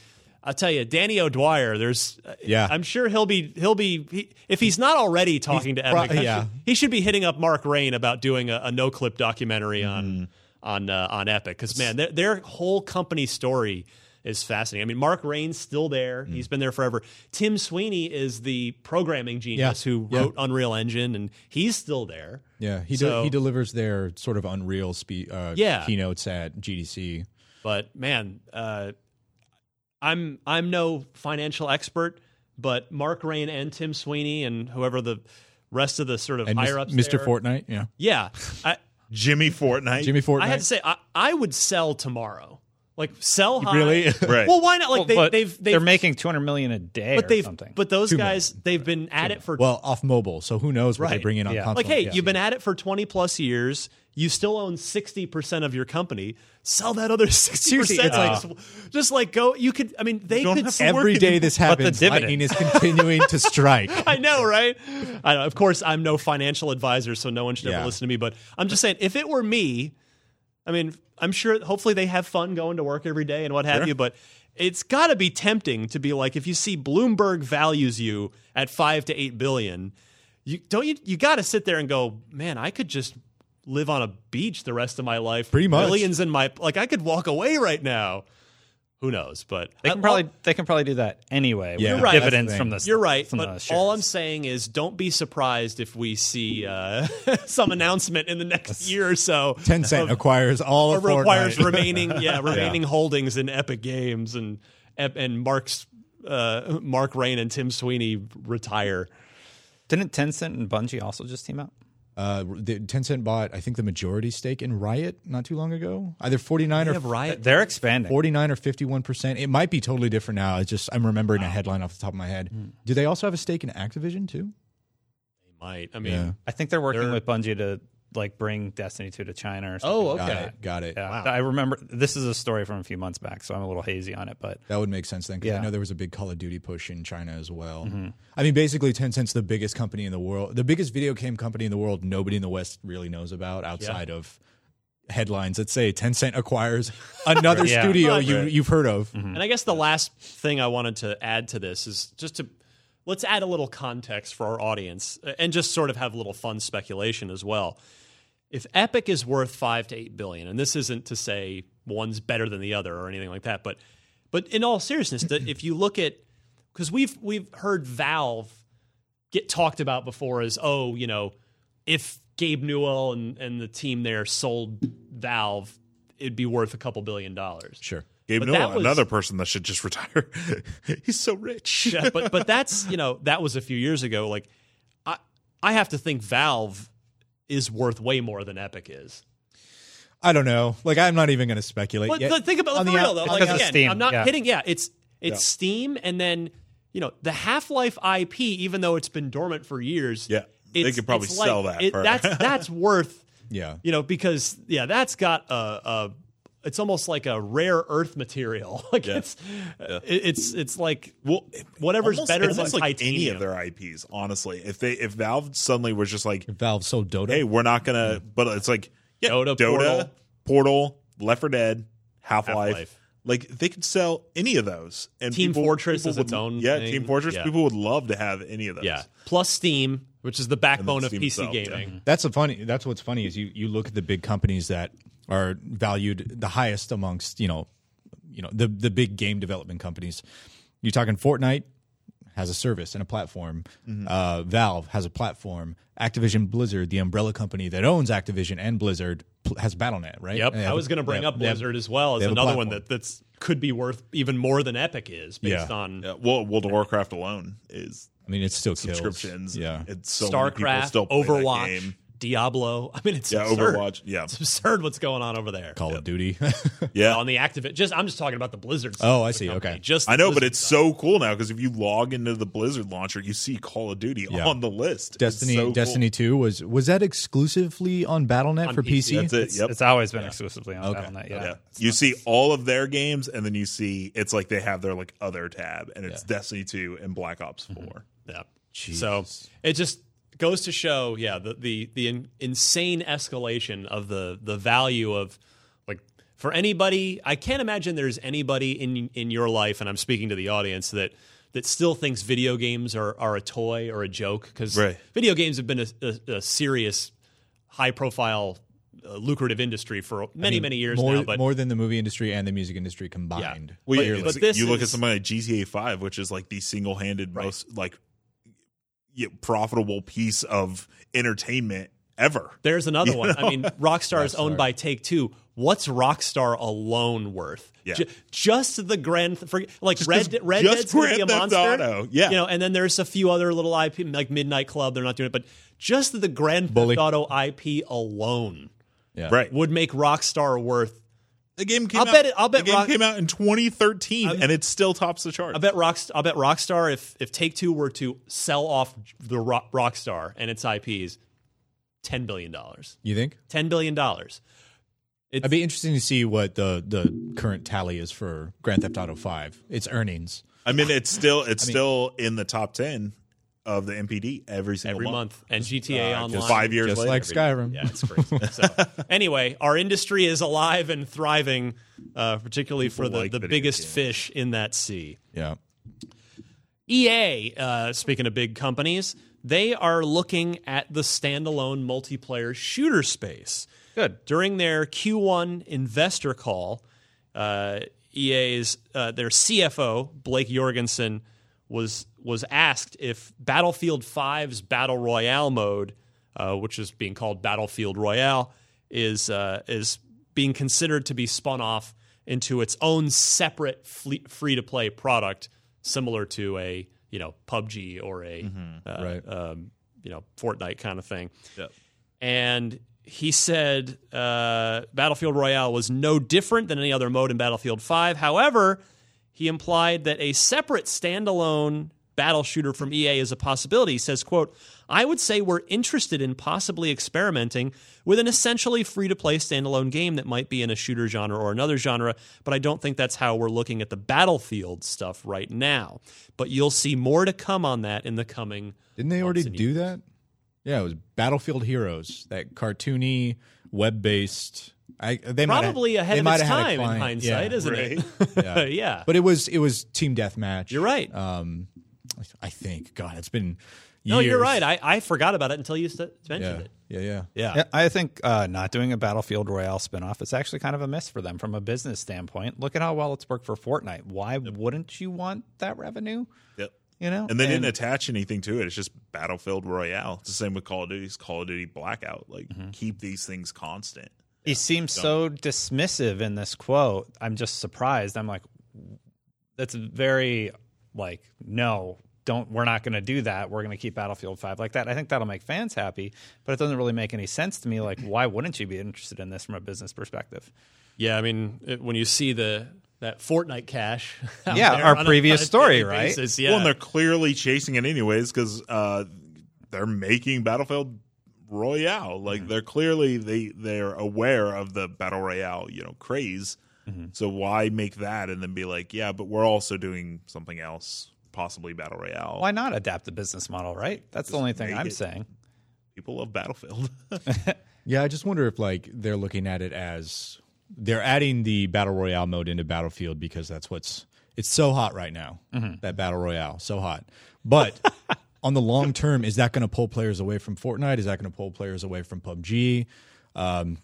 A: I'll tell you, Danny O'Dwyer. There's, uh,
B: Yeah.
A: I'm sure he'll be he'll be he, if he's not already talking to
B: pro-
A: Epic. he
B: yeah.
A: should- he should be hitting up Mark Rain about doing a, a no clip documentary on
B: Mm-hmm.
A: on uh, on Epic because man, their, their whole company story is fascinating. I mean, Mark Rain's still there;
B: Mm.
A: he's been there forever. Tim Sweeney is the programming genius
B: Yeah.
A: who
B: Yeah.
A: wrote Unreal Engine, and he's still there.
B: Yeah, he
A: So-
B: de- he delivers their sort of unreal spe- uh,
A: Yeah.
B: keynotes at GDC.
A: But man, uh, I'm I'm no financial expert, but Mark Rain and Tim Sweeney and whoever the rest of the sort of
B: And
A: higher ups,
B: Mr.
A: there-
B: Fortnite, yeah,
A: yeah. I,
C: Jimmy Fortnite.
B: Jimmy Fortnite.
A: I had to say, I, I would sell tomorrow. Like sell high.
B: Really?
C: Right.
A: Well, why not? Like
D: Well, but
A: they, they've, they've
D: they're making 200 million a day
A: but
D: or
A: they've
D: something.
A: but those
B: Two
A: guys they've been at it for
B: well, off mobile, so who knows what they
A: Right.
B: bring in on
D: Yeah.
B: console?
A: like hey,
B: Yeah.
A: you've been at it for twenty plus years. You still own sixty percent of your company. Sell that other sixty
B: Seriously,
A: percent.
B: it's
A: Like, just like go. You could. I mean, they
C: Don't
A: could.
C: have to
A: sell-
B: every day this
D: But the
B: happens,
D: dividend.
B: lightning is continuing to strike.
A: I know, right? I know. Of course, I'm no financial advisor, so no one should
B: Yeah.
A: ever listen to me. But I'm just saying, if it were me, I mean, I'm sure. Hopefully, they have fun going to work every day and what have you. But it's got to be tempting to be like, if you see Bloomberg values you at five to eight billion, you don't you you got to sit there and go, man, I could just live on a beach the rest of my life.
B: Pretty much.
A: millions in my like, I could walk away right now. Who knows? But
D: they can
A: I-
D: probably they can probably do that anyway. with
B: You're
D: the
B: right. That's the
D: Dividends
B: thing.
D: from the
A: You're right,
D: From
A: but
D: the
A: all I'm
D: shares.
A: saying is don't be surprised if we see uh, some announcement in the next year or so.
B: Ten Cent acquires all
A: or
B: of Fortnite.
A: requires remaining, yeah, remaining holdings in Epic Games and Ep- and Mark's uh, Mark Rain and Tim Sweeney retire.
D: didn't Tencent and Bungie also just team up?
B: Uh, the, Tencent bought, I think, the majority stake in Riot not too long ago. Either forty nine
A: They
B: or
A: have Riot.
D: They're expanding.
B: forty nine or fifty one percent. It might be totally different now. It's just I'm remembering a headline off the top of my head. Do they also have a stake in Activision too?
A: They might. I mean,
B: Yeah.
D: I think they're working with Bungie to like bring Destiny 2 to China or something.
A: Oh,
D: like
B: Got
A: Okay.
B: it. Got it.
D: that. Yeah. I remember this is a story from a few months back, so I'm a little hazy on it, but
B: That would make sense then, because I
D: Yeah.
B: know there was a big Call of Duty push in China as well. I mean, basically, Tencent's the biggest company in the world, the biggest video game company in the world. Nobody in the West really knows about outside of headlines that say Tencent acquires another
D: Yeah.
B: studio
A: Right. Mm-hmm.
B: you, you've heard of.
A: And I guess the last thing I wanted to add to this is just to let's add a little context for our audience uh, and just sort of have a little fun speculation as well. If Epic is worth 5 to 8 billion and this isn't to say one's better than the other or anything like that but but in all seriousness that if you look at cuz we've we've heard Valve get talked about before as oh you know if Gabe Newell and and the team there sold Valve it'd be worth a couple billion dollars.
B: Sure.
C: Gabe
A: but
C: Newell,
A: that was-
C: another person that should just retire. He's so rich.
A: Yeah, but but that's you know that was a few years ago. Like I I have to think Valve is worth way more than Epic is.
B: I don't know. Like, I'm not even going to speculate.
A: But
B: yet.
A: but think about
B: On
A: for
B: the
A: real
B: out-
A: though.
B: on
A: Like
D: because of
A: again,
D: Steam,
A: I'm not
D: yeah.
A: hitting. Yeah, it's it's Steam and then you know the Half Life IP, even though it's been dormant for years.
C: Yeah, they
A: it's-
C: could probably
A: it's like-
C: sell that
A: it-
C: for-
A: that's that's worth
B: Yeah.
A: you know because yeah that's got a. a it's almost like a rare earth material. Like it's, it- it's, it's like whatever's
C: Almost-
A: better
C: almost
A: than
C: like any
A: titanium.
C: of their IPs. Honestly, if they if Valve suddenly was just like,
B: Valve sold Dota.
C: hey, we're not gonna, but it's like yeah,
A: Dota, Portal.
C: Portal, Portal, Left 4 Dead, Half
A: Half-Life.
C: Life. Like they could sell any of those. And
A: Team
C: people-
A: Fortress
C: people
A: is
C: would-
A: its own
C: Yeah,
A: thing.
C: Team Fortress.
A: Yeah.
C: People would love to have any of those.
A: Yeah. Plus Steam, which is the backbone of
C: Steam
A: PC
C: itself, yeah.
A: gaming.
B: That's the funny. That's what's funny is you you look at the big companies that are valued the highest amongst you know, you know the the big game development companies. You're talking Fortnite has a service and a platform.
A: Mm-hmm.
B: Uh, Valve has a platform. Activision Blizzard, the umbrella company that owns Activision and Blizzard, pl- has BattleNet, right?
A: Yep.
B: And they
A: I
B: have
A: was
B: a-
A: going to bring
B: they have-
A: up
B: they have-
A: Blizzard as well as
B: they have a
A: another one
B: platform.
A: that that's could be worth even more than Epic is based
B: Yeah.
A: on
C: Yeah, well, World of Warcraft alone is
B: I mean, it's still kills.
C: subscriptions.
B: Yeah.
C: it's so many people
A: StarCraft,
C: still play that
A: Overwatch,
C: game.
A: Diablo. I mean, it's
C: Yeah,
A: absurd.
C: Overwatch. Yeah,
A: It's absurd what's going on over there.
B: Call of Duty.
C: yeah.
A: On the Activision, just I'm just talking about the Blizzard. side
B: Oh,
A: of
B: I
A: the
B: see.
A: company.
B: Okay.
A: just
C: I know, but
A: Blizzard
C: it's so cool now because if you log into the Blizzard launcher, you see Call of Duty
B: Yeah.
C: on the list. It's
B: Destiny.
C: so cool.
B: Destiny Two was was that exclusively on BattleNet
A: On
B: for
A: PC.
B: PC?
C: That's it.
D: It's,
C: yep.
D: it's always been exclusively on
B: Okay.
D: Battle.net. Yeah.
C: yeah. You see all of their games, and then you see it's like they have their like other tab, and it's Destiny Two and Black Ops
B: Mm-hmm.
C: 4
A: Yeah. So it just goes to show, yeah, the the the in, insane escalation of the the value of like for anybody, I can't imagine there's anybody in in your life, and I'm speaking to the audience that that still thinks video games are are a toy or a joke because
C: Right.
A: video games have been a, a, a serious, high profile, uh, lucrative industry for many many years
B: more,
A: now. But
B: more than the movie industry and the music industry combined.
C: Well,
A: But-
C: yeah,
A: but
C: it's-
A: this
C: you look at
A: is-
C: something like GTA Five, which is like the single-handed most like yeah, profitable piece of entertainment ever.
A: There's another one. I mean, Rockstar is owned by Take Two. What's Rockstar alone worth?
C: Yeah.
A: Ju- just the Grand, for, like
C: just-
A: Red, De- Red
C: just
A: Dead's gonna be
C: Grand
A: a
C: Theft
A: monster.
C: Auto. Yeah.
A: you know, and then there's a few other little IP like Midnight Club. They're not doing it, but just the Grand
B: Bully.
A: Theft Auto IP alone
B: Yeah.
C: Right.
A: would make Rockstar worth.
C: The game came
A: I'll
C: out.
A: bet it- I'll bet
C: the game
A: Rock-
C: came out in 2013, and it still tops the chart.
A: I bet Rockstar. I bet Rockstar. If if Take Two were to sell off the Ro- Rockstar and its IPs, ten billion dollars.
B: You think?
A: Ten billion dollars.
B: I'd be interesting to see what the the current tally is for Grand Theft Auto Five. Its earnings.
C: I mean, it's still it's still in the top 10 of the MPD every single
A: every month, and GTA
C: Uh,
A: Online.
C: just five years
B: Just
C: later.
B: like Skyrim.
A: Yeah, it's crazy. so, anyway, our industry is alive and thriving, uh, particularly for the,
C: like
A: the
C: video
A: biggest
C: games.
A: fish in that sea.
B: Yeah.
A: EA, uh, speaking of big companies, they are looking at the standalone multiplayer shooter space.
D: Good.
A: During their Q1 investor call, uh, EA's uh, their CFO Blake Jorgensen was was asked if Battlefield 5's Battle Royale mode, uh, which is being called Battlefield Royale, is uh, is being considered to be spun off into its own separate free to play product, similar to a you know PUBG or a uh,
B: Right.
A: um, you know Fortnite kind of thing and he said uh, Battlefield Royale was no different than any other mode in Battlefield 5. However, he implied that a separate standalone battle shooter from EA is a possibility. He says, quote, I would say we're interested in possibly experimenting with an essentially free-to-play standalone game that might be in a shooter genre or another genre, but I don't think that's how we're looking at the Battlefield stuff right now. But you'll see more to come on that in the coming
B: Didn't they already do that? Yeah, it was Battlefield Heroes, that cartoony, web based. I they might have-
A: probably ahead
B: they
A: of
B: might
A: its
B: have had a
A: time in
B: client.
A: hindsight,
B: Yeah.
A: isn't it? yeah. yeah.
B: But it was it was team deathmatch.
A: You're right.
B: Um, I think God, it's been. Years.
A: no, you're right. I, I forgot about it until you st- mentioned
B: Yeah,
A: it.
B: yeah, yeah.
A: Yeah.
D: Yeah, I think uh, not doing a Battlefield Royale spinoff is actually kind of a miss for them from a business standpoint. Look at how well it's worked for Fortnite. Why wouldn't you want that revenue?
C: Yep.
D: You know,
C: And they didn't attach anything to it. It's just Battlefield Royale. It's the same with Call of Duty's Call of Duty Blackout. Like
A: Mm-hmm.
C: keep these things constant.
D: He seems so dismissive in this quote. I'm just surprised. I'm like, that's very like, no, don't. We're not going to do that. We're going to keep Battlefield Five like that. I think that'll make fans happy, but it doesn't really make any sense to me. Like, why wouldn't you be interested in this from a business perspective?
A: Yeah, I mean, it, when you see the that Fortnite cash. out
D: Yeah,
A: there
D: our
A: on a-
D: previous
A: on a
D: story,
A: daily
D: right?
A: basis, yeah.
C: Well, and they're clearly chasing it anyways because uh, they're making Battlefield Royale. Like they're clearly they they're aware of the battle royale you know craze. So why make that and then be like, yeah, but we're also doing something else, possibly battle royale.
D: Why not adapt the business model? Right. That's the only thing
C: make
D: I'm
C: it-
D: saying.
C: People love Battlefield.
B: Yeah, I just wonder if like they're looking at it as they're adding the battle royale mode into Battlefield because that's what's it's so hot right now.
C: Mm-hmm.
B: That battle royale, so hot. But on the long term, is that going to pull players away from Fortnite? Is that going to pull players away from PUBG? Um,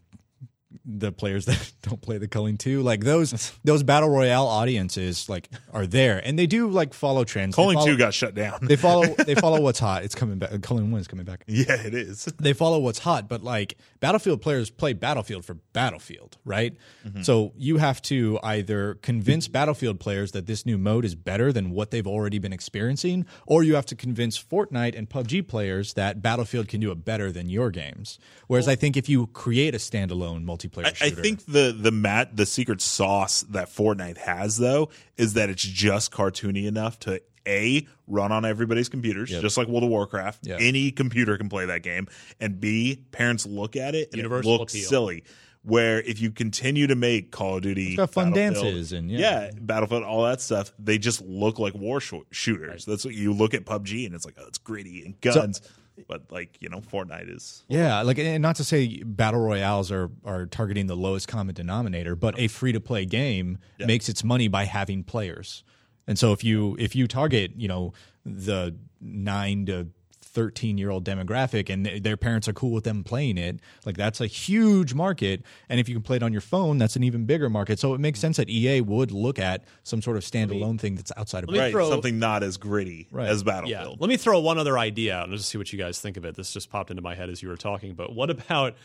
B: the players that don't play the culling too, like those those battle royale audiences, like are there and they do like follow trends. They
C: Calling
B: follow-
C: two got shut down.
B: They follow they follow what's hot. It's coming back. Culling one's coming back
C: yeah, it is.
B: they follow what's hot, but like Battlefield players play Battlefield for Battlefield, right?
C: Mm-hmm.
B: So you have to either convince Battlefield players that this new mode is better than what they've already been experiencing, or you have to convince Fortnite and PUBG players that Battlefield can do it better than your games. Whereas I think if you create a standalone multiplayer
C: I
B: shooter,
C: think the the mat the secret sauce that Fortnite has though is that it's just cartoony enough to a run on everybody's computers, just like World of Warcraft.
B: Yeah.
C: Any computer can play that game, and b parents look at it and
A: Universal
C: it looks
A: appeal.
C: silly. Where if you continue to make Call of Duty,
B: got fun
C: Battlefield,
B: dances and, yeah.
C: Battlefield, all that stuff, they just look like war sho shooters. That's what you look at PUBG and it's like, oh, it's gritty and guns. But like you know, Fortnite is
B: Yeah, like and not to say battle royales are are targeting the lowest common denominator, but a free to play game makes its money by having players. And so if you if you target, you know, the 9 to 13 year old demographic and th- their parents are cool with them playing it, like that's a huge market and if you can play it on your phone, that's an even bigger market. So it makes sense that EA would look at some sort of standalone thing that's outside of
A: me-
C: right
A: throw-
C: something not as gritty
B: Right.
C: as
A: Yeah.
C: Battlefield.
A: Let me throw one other idea out and just see what you guys think of it. This just popped into my head as you were talking. But what about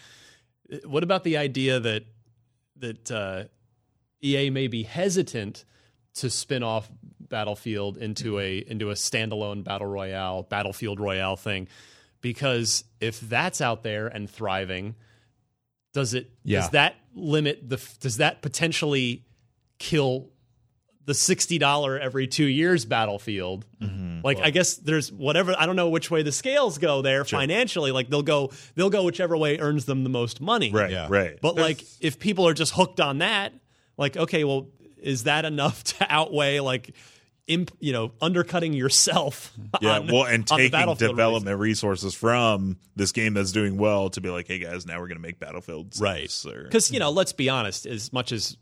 A: what about the idea that that uh, EA may be hesitant to spin off Battlefield into a into a standalone battle royale, Battlefield Royale thing? Because if that's out there and thriving, does it
B: Yeah.
A: does that limit the f- does that potentially kill the sixty dollar every two years battlefield.
C: Mm-hmm.
A: Like I guess there's whatever I don't know which way the scales go there financially. Like they'll go they'll go whichever way earns them the most money.
C: Right,
B: Yeah.
C: right.
A: But like if people are just hooked on that, like okay, well is that enough to outweigh like imp, you know undercutting yourself?
C: yeah,
A: on-
C: well, and
A: on the
C: taking
A: battlefield
C: development resources from this game that's doing well to be like, hey guys, now we're gonna make Battlefields
A: Right. Because,
D: Hmm.
A: you know, let's be honest, as much as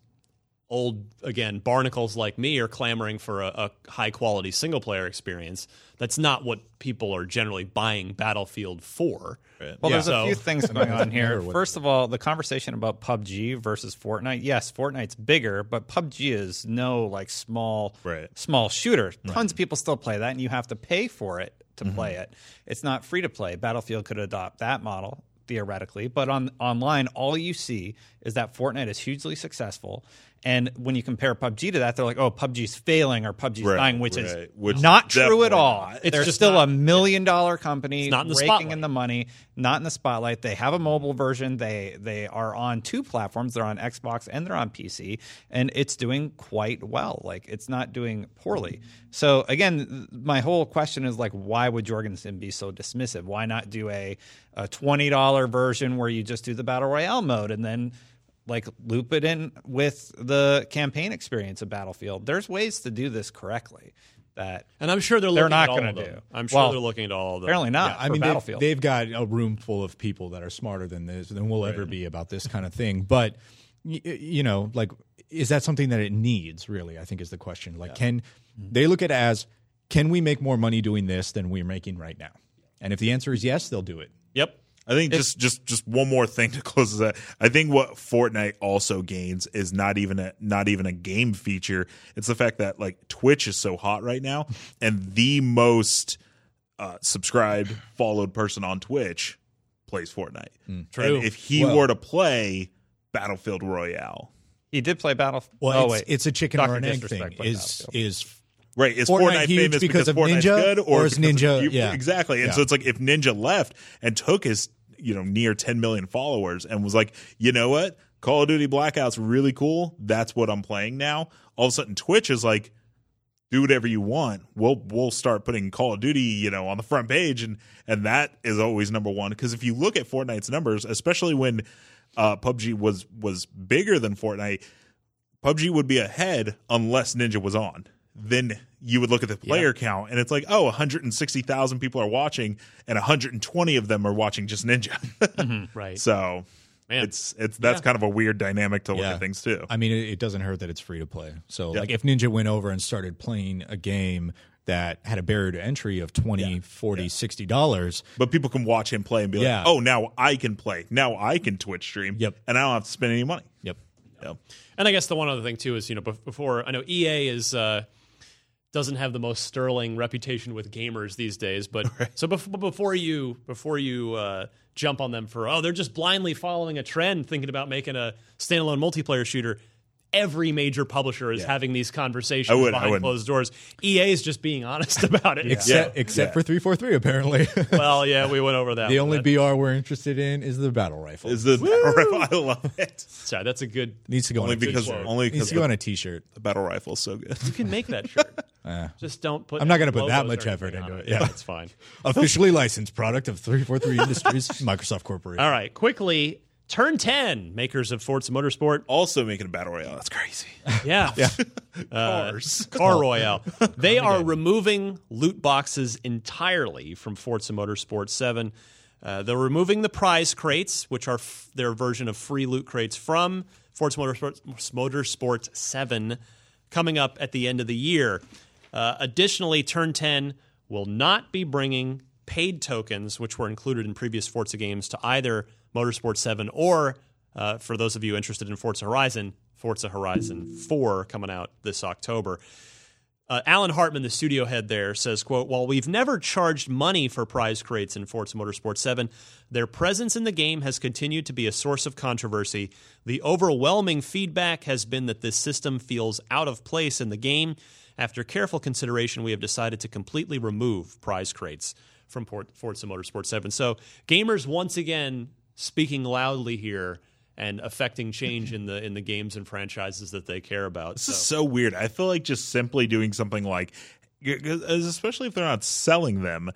A: old, again, barnacles like me are clamoring for a, a high quality single player experience, that's not what people are generally buying Battlefield for.
D: Well, there's
A: So-
D: a few things going on here.
B: matter what-
D: First of all, the conversation about PUBG versus Fortnite. Yes, Fortnite's bigger, but PUBG is no like small
C: Right. Mm-hmm.
D: small shooter. Tons of people still play that, and you have to pay for it to play it. It's not free to play. Battlefield could adopt that model theoretically, but on online, all you see is that Fortnite is hugely successful. And when you compare PUBG to that, they're like, "Oh, PUBG's failing or PUBG's
C: Right,
D: dying," which is
C: right, which
D: not true
C: definitely
D: at all.
C: not.
D: It's They're
A: just
D: still
A: not-
D: a million dollar company,
A: not in the
D: raking
A: spotlight.
D: in the money, not in the spotlight. They have a mobile version. They they are on two platforms. They're on Xbox and they're on PC, and it's doing quite well. Like it's not doing poorly. So again, th- my whole question is like, why would Jorgensen be so dismissive? Why not do a, a twenty dollar version where you just do the battle royale mode and then like loop it in with the campaign experience of Battlefield? There's ways to do this correctly. That
A: And I'm sure they're,
D: They're
A: looking
D: not
A: at all
D: gonna
A: of them.
D: do.
A: I'm sure
D: Well,
A: they're looking at all of them.
D: apparently not.
B: I
D: for
B: mean, they've,
D: Battlefield.
B: they've got a room full of people that are smarter than this than we'll ever be about this kind of thing. But y- y- you know, like, is that something that it needs? Really, I think is the question. Like, can
D: Mm-hmm.
B: they look at it as can we make more money doing this than we're making right now? And if the answer is yes, they'll do it.
A: Yep.
C: I think just just just one more thing to close this out. I think what Fortnite also gains is not even a not even a game feature. It's the fact that like Twitch is so hot right now, and the most uh, subscribed followed person on Twitch plays Fortnite.
A: Mm. True.
C: And if he
B: Well-
C: were to play Battlefield Royale,
D: He did play Battlefield.
B: Well,
D: oh,
B: it's,
D: wait.
B: it's a chicken
D: Dr.
B: or an egg thing.
D: Disrespect by
B: Is is
C: Right, is
B: Fortnite
C: Fortnite,
B: huge
C: famous
B: because
C: because,
B: of
C: Fortnite's
B: Ninja,
C: good,
B: or is
C: because of-
B: Ninja-
C: you-
B: yeah.
C: exactly? And
B: Yeah.
C: so it's like if Ninja left and took his you know near 10 million followers and was like, you know what, Call of Duty Blackout's really cool. That's what I'm playing now. All of a sudden, Twitch is like, do whatever you want. We'll we'll start putting Call of Duty, you know, on the front page, and and that is always number one. Because if you look at Fortnite's numbers, especially when uh, PUBG was was bigger than Fortnite, PUBG would be ahead unless Ninja was on. Then you would look at the player count, and it's like, oh, 160,000 people are watching, and 120 of them are watching just Ninja.
B: Mm-hmm.
A: Right.
C: so
A: Man.
C: it's it's that's kind of a weird dynamic to look
B: Yeah.
C: at things too.
B: I mean, it, it doesn't hurt that it's free to play. So, like, if Ninja went over and started playing a game that had a barrier to entry of 20 40 60 dollars
C: but people can watch him play and be
B: Yeah.
C: like, oh, now I can play, now I can Twitch stream,
B: Yep.
C: and I don't have to spend any money.
B: yep
C: Yeah.
A: And I guess the one other thing too is you know bef- before I know EA is uh, doesn't have the most sterling reputation with gamers these days, but so bef- before you before you uh, jump on them for oh they're just blindly following a trend thinking about making a standalone multiplayer shooter. Every major publisher is having these conversations
C: I would- I
A: behind
C: wouldn't.
A: closed doors. EA is just being honest about it.
B: except
C: Yeah.
B: except
C: Yeah.
B: for 343 apparently
A: Well, yeah, we went over that.
B: The
A: one.
B: only
A: That-
B: BR we're interested in is the battle rifle.
C: Is the I love it
A: sorry, that's a good.
B: needs to go
C: only
B: on a
C: because
B: t-shirt.
C: only
B: needs
C: because
B: to go
C: the,
B: on a t-shirt.
C: the battle rifle is so good.
A: You can make that shirt. Just don't put.
B: I'm not gonna put
A: logos
B: that
A: or
B: much effort
A: anything on
B: into it. Yeah.
A: it's fine.
B: Officially licensed product of 343 Industries, Microsoft Corporation.
A: All right, quickly, Turn 10, makers of Forza Motorsport.
C: Also making a battle royale. That's crazy.
A: Yeah.
C: Cars.
A: Car Royale. They are removing loot boxes entirely from Forza Motorsport 7. Uh, they're removing the prize crates, which are f- their version of free loot crates from Forza Motorsport, Motorsport 7, coming up at the end of the year. Uh, additionally, Turn 10 will not be bringing paid tokens, which were included in previous Forza games, to either Motorsport 7 or, uh, for those of you interested in Forza Horizon, Forza Horizon 4 coming out this October. Uh, Alan Hartman, the studio head there, says, quote, While we've never charged money for prize crates in Forza Motorsport 7, their presence in the game has continued to be a source of controversy. The overwhelming feedback has been that this system feels out of place in the game. After careful consideration, we have decided to completely remove prize crates from Port- Forza Motorsport 7. So gamers once again speaking loudly here and affecting change in the in the games and franchises that they care about.
C: This
A: So-
C: is so weird. I feel like just simply doing something like, especially if they're not selling them,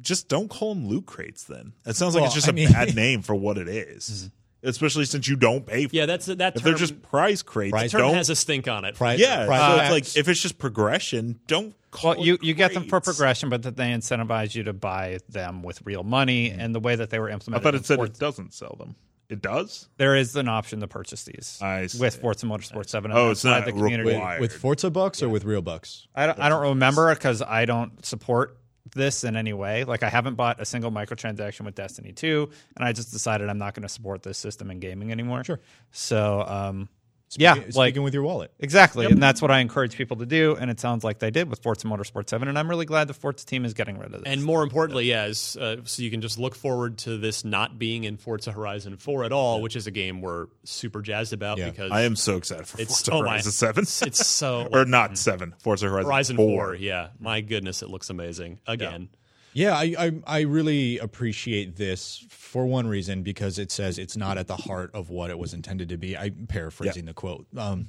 C: just don't call them loot crates. Then it sounds like
B: Well,
C: it's just
B: I
C: a
B: mean-
C: bad name for what it is. Especially since you don't pay for.
A: yeah,
C: it.
A: that's that term,
C: if they're just prize crates,
B: Prize-
A: term
C: don't.
A: has a stink on it.
B: Pri-
C: yeah, uh,
B: prize
C: so
B: packs.
C: it's like if it's just progression, don't. Call
D: Well, you, you get them for
C: progression.
D: progression, but that they incentivize you to buy them with real money. And the way that they were implemented,
C: I thought
D: in
C: it said
D: Forza-
C: it doesn't sell them. It does.
D: there is an option to purchase these
C: I see.
D: with Forza Motorsport Seven.
C: Oh, it's
D: outside
C: not
D: the community.
C: required.
B: with Forza bucks or with real bucks?
D: I don't, I don't remember because I don't support this in any way. Like I haven't bought a single microtransaction with Destiny 2, and I just decided I'm not going to support this system in gaming anymore. Sure. So, um, yeah,
B: Speaking
D: like
B: with your wallet.
D: exactly, and that's what I encourage people to do. And it sounds like they did with Forza Motorsport 7, and I'm really glad the Forza team is getting rid of this.
A: And more importantly, yes, uh, so you can just look forward to this not being in Forza Horizon 4 at all, which is a game we're super jazzed about
B: Yeah.
A: because
C: I am so excited for
A: It's-
C: Forza
A: oh my-
C: Horizon Seven.
A: it's so
C: or not Seven. Forza Horizon,
A: Horizon 4.
C: 4.
A: Yeah, my goodness, it looks amazing again.
B: Yeah, I, I I really appreciate this for one reason because it says it's not at the heart of what it was intended to be. I'm paraphrasing the quote, um,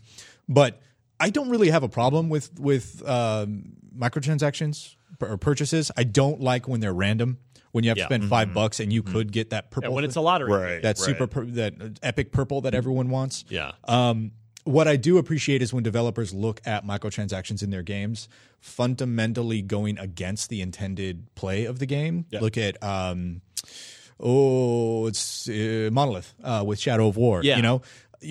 B: but I don't really have a problem with with um, microtransactions or purchases. I don't like when they're random. When you have
A: Yeah. Mm-hmm.
B: to spend five bucks and you could get that
A: Yeah,
B: purple,
A: when
B: thing,
A: it's Mm-hmm. a lottery,
C: Right.
B: that super pur- that epic purple that everyone wants.
A: yeah,
C: Uh,
B: Um, what I do appreciate is when developers look at microtransactions in their games, fundamentally going against the intended play of the game. Look at um, oh, it's uh, Monolith uh, with Shadow of War.
A: Yeah.
B: You know,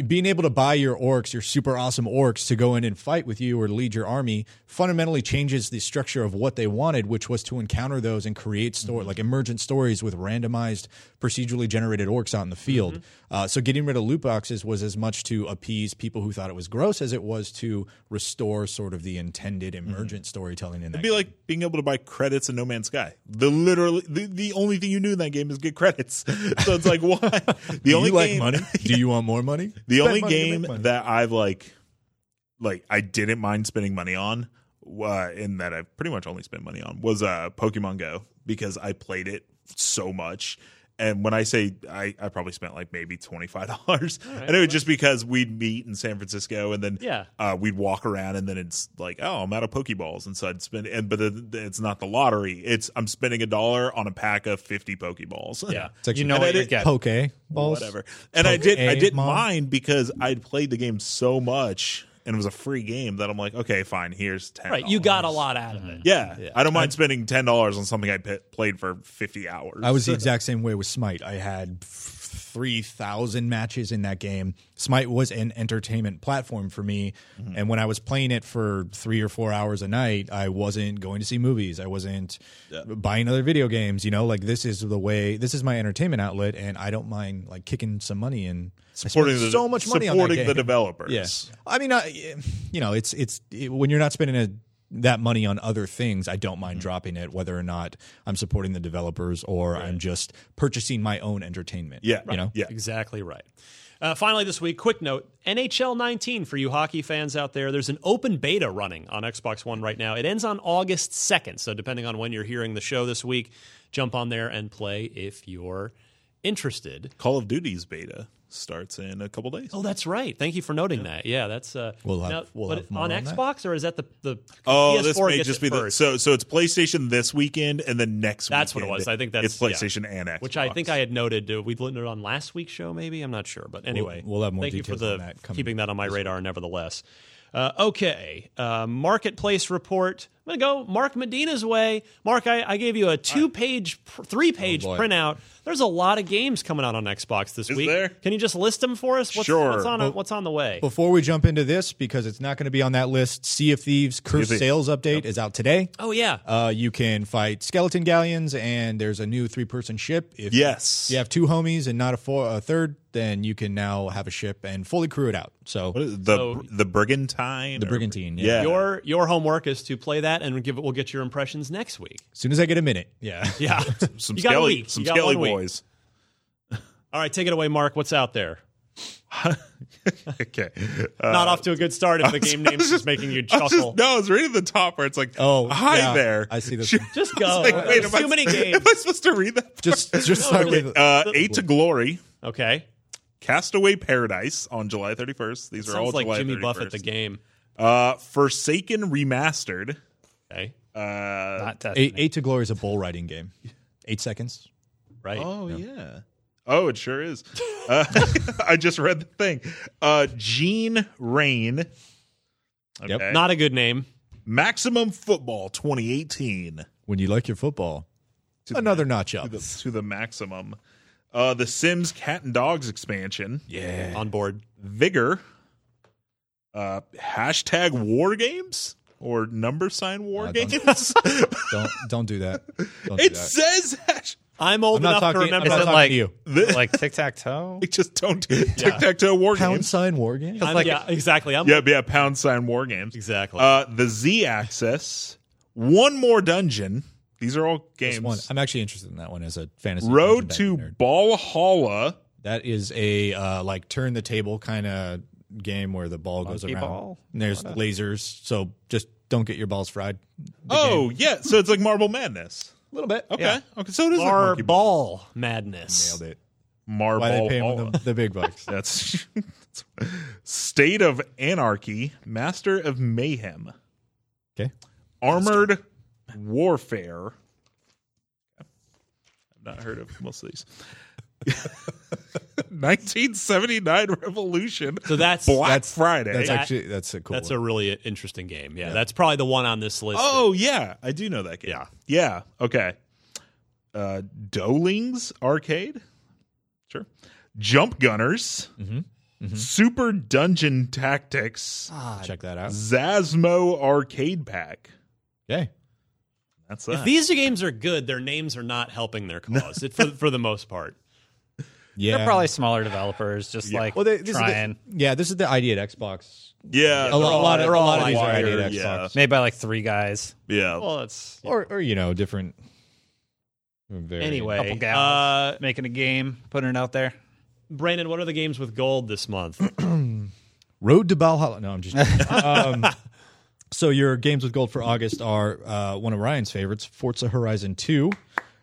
B: being able to buy your orcs, your super awesome orcs, to go in and fight with you or lead your army fundamentally changes the structure of what they wanted, which was to encounter those and create story
C: Mm-hmm.
B: like emergent stories with randomized, procedurally generated orcs out in the field.
C: Mm-hmm.
B: Uh, so getting rid of loot boxes was as much to appease people who thought it was gross as it was to restore sort of the intended
C: Mm-hmm.
B: emergent storytelling in that.
C: It'd be like being able to buy credits in No Man's Sky. The literally the, the only thing you knew in that game is get credits. So it's like why? The
B: Do
C: only
B: you like
C: game-
B: money? Do you want more money?
C: The
B: Spend
C: only
B: money to make
C: game
B: money.
C: that I've like, like I didn't mind spending money on, uh, and that I pretty much only spent money on was uh, Pokemon Go because I played it so much. And when I say I, I probably spent like maybe twenty five dollars, and it was just because we'd meet in San Francisco, and then
A: Yeah.
C: uh, we'd walk around, and then it's like, oh, I'm out of Pokeballs, and so I'd spend, and but the, it's not the lottery; it's I'm spending a dollar on a pack of fifty Pokeballs.
A: yeah.
B: It's
D: you know what you're
C: it-
D: getting.
B: poke eh? balls.
C: whatever. And I
B: Poke
C: did I
B: A,
C: did
B: Mom.
C: mine because I'd played the game so much and it was a free game that I'm like, okay, fine, here's ten.
A: Right, you got a lot out of it.
C: Yeah, I don't mind spending ten dollars on something I p- played for fifty hours.
B: I was the exact same way with Smite. I had three thousand matches in that game. Smite was an entertainment platform for me,
C: Mm-hmm.
B: and when I was playing it for three or four hours a night, I wasn't going to see movies. I wasn't buying other video games. You know, like this is the way. This is my entertainment outlet, and I don't mind like kicking some money in. I
C: supporting
B: spent
C: the,
B: so much money on that
C: supporting the
B: game.
C: developers.
B: Yes, I mean, I, you know, it's it's it, when you're not spending a, that money on other things, I don't
C: Mm-hmm.
B: mind dropping it, whether or not I'm supporting the developers or I'm just purchasing my own entertainment.
C: Yeah,
B: you know,
C: yeah.
A: Exactly right. Uh, finally, this week, quick note NHL 19 for you hockey fans out there. There's an open beta running on Xbox One right now. It ends on August 2nd. So, depending on when you're hearing the show this week, jump on there and play if you're interested.
C: Call of Duty's beta starts in a couple days.
A: Oh, that's right. Thank you for noting that. Yeah, that's uh,
B: We'll have- we'll
A: but
B: have more
A: on,
B: on that.
A: Xbox or is that the the
C: Oh,
A: PS4
C: this may
A: gets
C: just
A: it
C: be the
A: first,
C: so so. It's PlayStation this weekend, and then next.
A: That's what it
C: weekend,
A: was. I think that's-
C: it's PlayStation and Xbox.
A: which I think I had noted. Uh, we learned it on last week's show, maybe. I'm not sure, but anyway,
B: we'll have more
A: Thank you
B: details
A: for the
B: on that coming
A: keeping that on my radar, nevertheless. Uh, okay, uh, marketplace report. I'm gonna go Mark Medina's way. Mark, I, I gave you a two-page, pr- three-page
B: Oh, boy.
A: printout. There's a lot of games coming out on Xbox this
C: Is
A: week.
C: there?
A: Can you just list them for us? What's,
C: Sure.
A: What's on, what's on the way?
B: Before we jump into this, because it's not going to be on that list, Sea of Thieves Cursed
C: Thieves.
B: Sales Update is out today.
A: oh yeah.
B: Uh, you can fight skeleton galleons, and there's a new three person ship. If
C: yes.
B: you have two homies and not a, four, a third, then you can now have a ship and fully crew it out. So
C: What is it? the
A: So-
C: the brigantine.
B: the
C: or-
B: brigantine, yeah.
C: Yeah.
A: Your your homework is to play that, and give we'll get your impressions next week.
B: As soon as I get a minute, yeah.
A: Yeah,
C: some
A: You got a
C: Skelly,
A: week.
C: some
A: You got
C: Skelly
A: one week.
C: boys.
A: All right, take it away, Mark. What's out there?
C: Okay. Uh,
A: Not off to a good start if the game name's just making you
C: I
A: chuckle.
C: was just, no, I was reading the top where it's like,
B: Oh,
C: hi
B: yeah,
C: there.
B: I see this.
C: Shit,
B: one.
A: Just
C: I
A: go.
C: was like, wait,
A: There's
C: am
A: too
C: I-
A: many games.
C: Am I supposed to read that?
B: just, just start with
C: Uh, Eight to Glory,
A: Okay.
C: Castaway Paradise on July 31st. These are all
A: Sounds like
C: July
A: Jimmy
C: 31st.
A: Buffett the game.
C: Uh, Forsaken Remastered.
A: Okay.
C: Uh,
D: Not Destiny.
B: eight, eight to glory is a bull riding game. Eight seconds.
A: Right.
C: oh yeah. Oh, it sure is. Uh, I just read the thing. Uh, Gene Rain.
B: Yep.
C: Okay.
A: Not a good name.
C: Maximum Football 2018.
B: When you like your football,
C: To the
B: another notch
C: to
B: up.
C: the, to the maximum. Uh, the Sims Cat and Dogs expansion,
A: Yeah. On board.
C: Vigor, uh, hashtag War Games or number sign War
B: Uh, don't-
C: Games.
B: Don't don't do that. Don't do
C: it
B: that.
C: says hash.
A: I'm old
B: I'm
A: enough
B: not talking.
A: to
B: I'm
A: remember
B: not
A: that.
B: talking
D: like-
B: to you.
D: like tic tac toe.
C: It just don't tic tac toe War
B: Pound
C: Games.
B: sign war game.
A: I'm- yeah, exactly. I'm
C: Yeah, yeah, pound sign War Games.
A: exactly.
C: Uh, the Z Axis, one more dungeon. These are all games.
B: One. I'm actually interested in that one as a fantasy.
C: Road
B: dungeon
C: to
B: diver nerd.
C: Ballhalla.
B: that is a uh, like turn the table kind of game where the ball goes
D: Monkey
B: around.
D: ball?
B: And there's lasers, so just don't get your balls fried.
C: Oh yeah, so it's like Marble Madness.
B: A little bit.
C: Okay, okay, so it is like
A: Our
C: Monkey Ball.
A: ball madness.
B: Nailed it.
C: Marble.
B: Why they pay him
C: Halla.
B: the, the big bucks?
C: That's State of Anarchy, Master of Mayhem,
B: Okay.
C: Armored Warfare. I've not heard of most of these. 1979 Revolution.
A: So that's
C: Black
B: that's-
C: Friday.
B: That's
A: That-
B: actually that's a cool.
A: that's
B: one.
A: a really interesting game. Yeah, that's probably the one on this list.
C: oh yeah, I do know that game.
A: Yeah.
C: Yeah. Okay. Uh Dolings Arcade. Sure. Jump Gunners.
B: Mm-hmm.
C: Super Dungeon Tactics.
B: check that out.
C: Zasmo Arcade Pack.
B: Okay.
C: That's
A: If
C: that.
A: these games are good, their names are not helping their cause it- for, for the most part.
B: Yeah.
D: They're probably smaller developers, just like
B: Well, they, this
D: trying.
B: Is the, yeah, this is the idea at Xbox.
C: yeah, Oh,
B: A, lo- a lot, of, a lot of
A: all
B: these are
C: wired,
B: idea at Xbox,
C: yeah.
D: Made by like three guys.
C: yeah.
A: Well, it's
B: or or you know different. very-
A: anyway.
D: Couple
A: Uh,
D: gals making a game, putting it out there.
A: Brandon, what are the games with gold this month?
B: Uh, Road to Valhalla. No, I'm just. Joking. um, so your games with gold for August are uh, one of Ryan's favorites, Forza Horizon Two.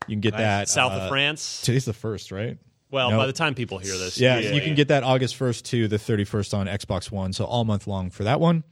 B: You can get that
A: South
B: uh,
A: of France.
B: Today's the first, right?
A: Well,
B: No.
A: by the time people hear this,
B: Yeah,
A: usually-
B: you can get that August 1st to the 31st on Xbox One, so all month long for that one.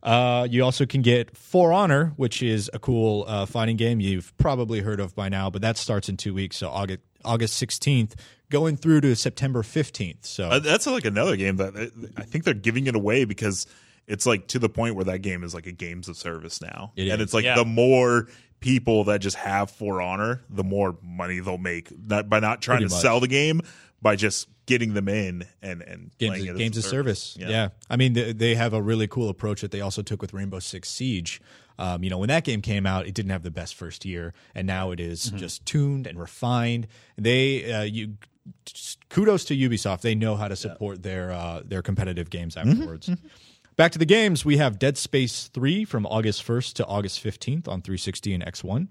B: Uh, you also can get For Honor, which is a cool uh, fighting game you've probably heard of by now, but that starts in two weeks, so August August 16th, going through to September 15th. So
C: Uh, that's like another game that uh, I think they're giving it away because it's like to the point where that game is like a games of service now,
B: It
C: and
B: is.
C: it's like
A: Yeah.
C: the more people that just have For Honor, the more money they'll make not, by not trying
B: Pretty
C: to
B: much.
C: sell the game, by just getting them in and and
B: games,
C: playing it as a
B: games of service. Yeah.
C: Yeah.
B: I mean they, they have a really cool approach that they also took with Rainbow Six Siege. Um, you know, when that game came out, it didn't have the best first year, and now it is just tuned and refined. They uh, you. just Kudos to Ubisoft. They know how to support their uh, their competitive games afterwards. Mm-hmm. Back to the games. We have Dead Space 3 from August 1st to August 15th on 360 and X1.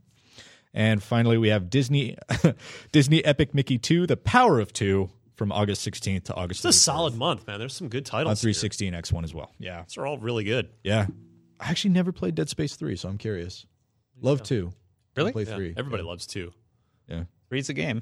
B: And finally, we have Disney Disney Epic Mickey 2, The Power of 2 from August 16th to August
A: It's a
B: 31st
A: solid month, man. There's some good
B: on
A: titles. here.
B: 360 and X1 as well. Yeah.
A: These are all really good.
B: Yeah. I actually never played Dead Space 3, so I'm curious. Love 2. Really? Play 3.
A: Everybody loves two.
B: Yeah.
D: Reads the game.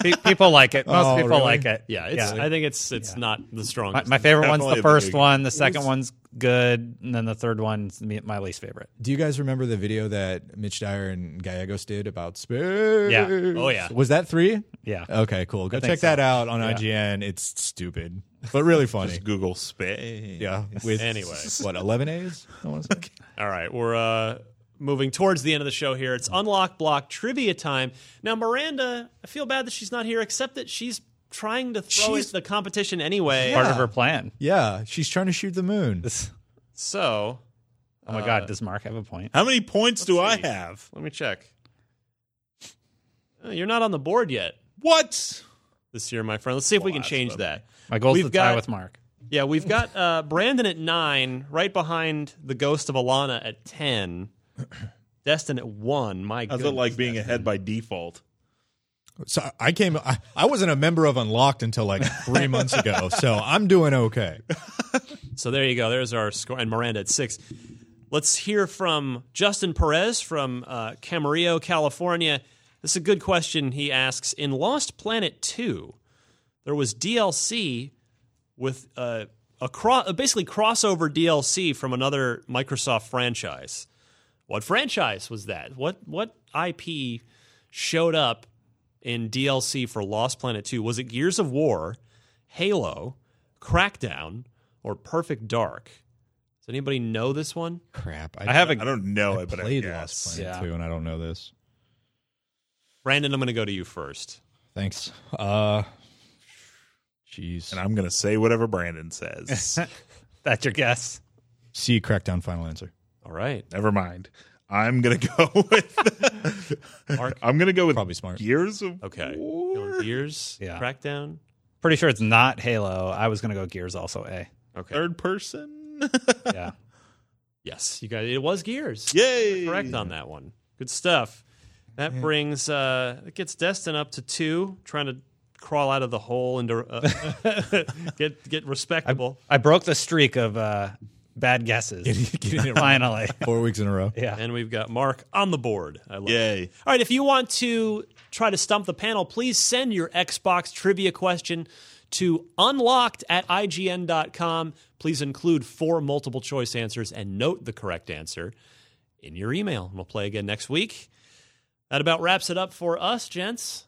D: Pe- people like it. Most
B: Oh,
D: people
B: really?
D: like it.
A: Yeah, it's, I think it's it's not the
D: My,
A: strongest.
D: my favorite one's
C: Definitely
D: the
C: a
D: first
C: big-
D: one. The second one's good, and then the third one's me- my least favorite.
B: Do you guys remember the video that Mitch Dyer and Gallegos did about space?
D: Yeah.
A: Oh, yeah.
B: Was that three?
D: Yeah.
B: Okay, cool. Go
D: think
B: check that out on IGN. It's stupid, but really funny.
C: Just Google space.
B: yeah. With
A: Anyway.
B: what eleven A's? I want to say.
A: All right, we're uh, moving towards the end of the show here. It's unlock block trivia time. Now, Miranda, I feel bad that she's not here, except that she's trying to throw
B: She's-
A: it- the competition anyway.
D: Part of her plan.
B: Yeah, she's trying to shoot the moon.
A: So
D: Oh my God, does Mark have a point?
C: How many points do I
A: see.
C: have?
A: let me check. Uh, You're not on the board yet
C: What?
A: this year, my friend. Let's see if we can change that.
D: My goal is
A: We've
D: to tie
A: got-
D: with Mark.
A: Yeah, we've got uh, Brandon at nine, right behind the ghost of Alana at ten. Destin at one. My
C: How's
A: goodness.
C: it like being ahead by default?
B: So I came. I, I wasn't a member of Unlocked until like three months ago. So I'm doing okay.
A: So there you go. There's our score. And Miranda at six. Let's hear from Justin Perez from uh, Camarillo, California. This is a good question he asks. In Lost Planet 2, there was DLC with uh, a cro- uh, basically crossover DLC from another Microsoft franchise. What franchise was that? What what IP showed up in DLC for Lost Planet 2? Was it Gears of War, Halo, Crackdown, or Perfect Dark? Does anybody know this one?
B: Crap.
D: I have a.
C: I don't know it, but I
B: played
C: guess.
B: Lost Planet
D: Yeah.
B: too, and I don't know this.
A: Brandon, I'm going to go to you first.
B: Thanks. Uh, jeez.
C: and I'm gonna say whatever Brandon says.
D: That's your guess.
B: See, crackdown. Final answer.
A: All right.
C: Never mind. I'm gonna go with.
A: Mark?
C: I'm gonna go with
B: Probably smart.
C: Gears of
A: Okay.
C: War?
A: Gears,
D: Yeah.
A: Crackdown.
D: Pretty sure it's not Halo. I was gonna go Gears also A.
A: Okay.
C: third person.
D: Yeah.
A: Yes, you guys. It was Gears.
C: Yay!
A: correct on that one. Good stuff. That brings uh it gets Destin up to two, trying to crawl out of the hole and uh, get get respectable.
D: I broke the streak of uh, bad guesses.
B: Getting it right.
D: Finally.
B: Four weeks in a row.
D: Yeah.
A: and we've got Mark on the board. I love it.
C: Yay!
A: All right, if you want to try to stump the panel, please send your Xbox trivia question to unlocked at IGN.com. Please include four multiple choice answers and note the correct answer in your email. And we'll play again next week. That about wraps it up for us, gents.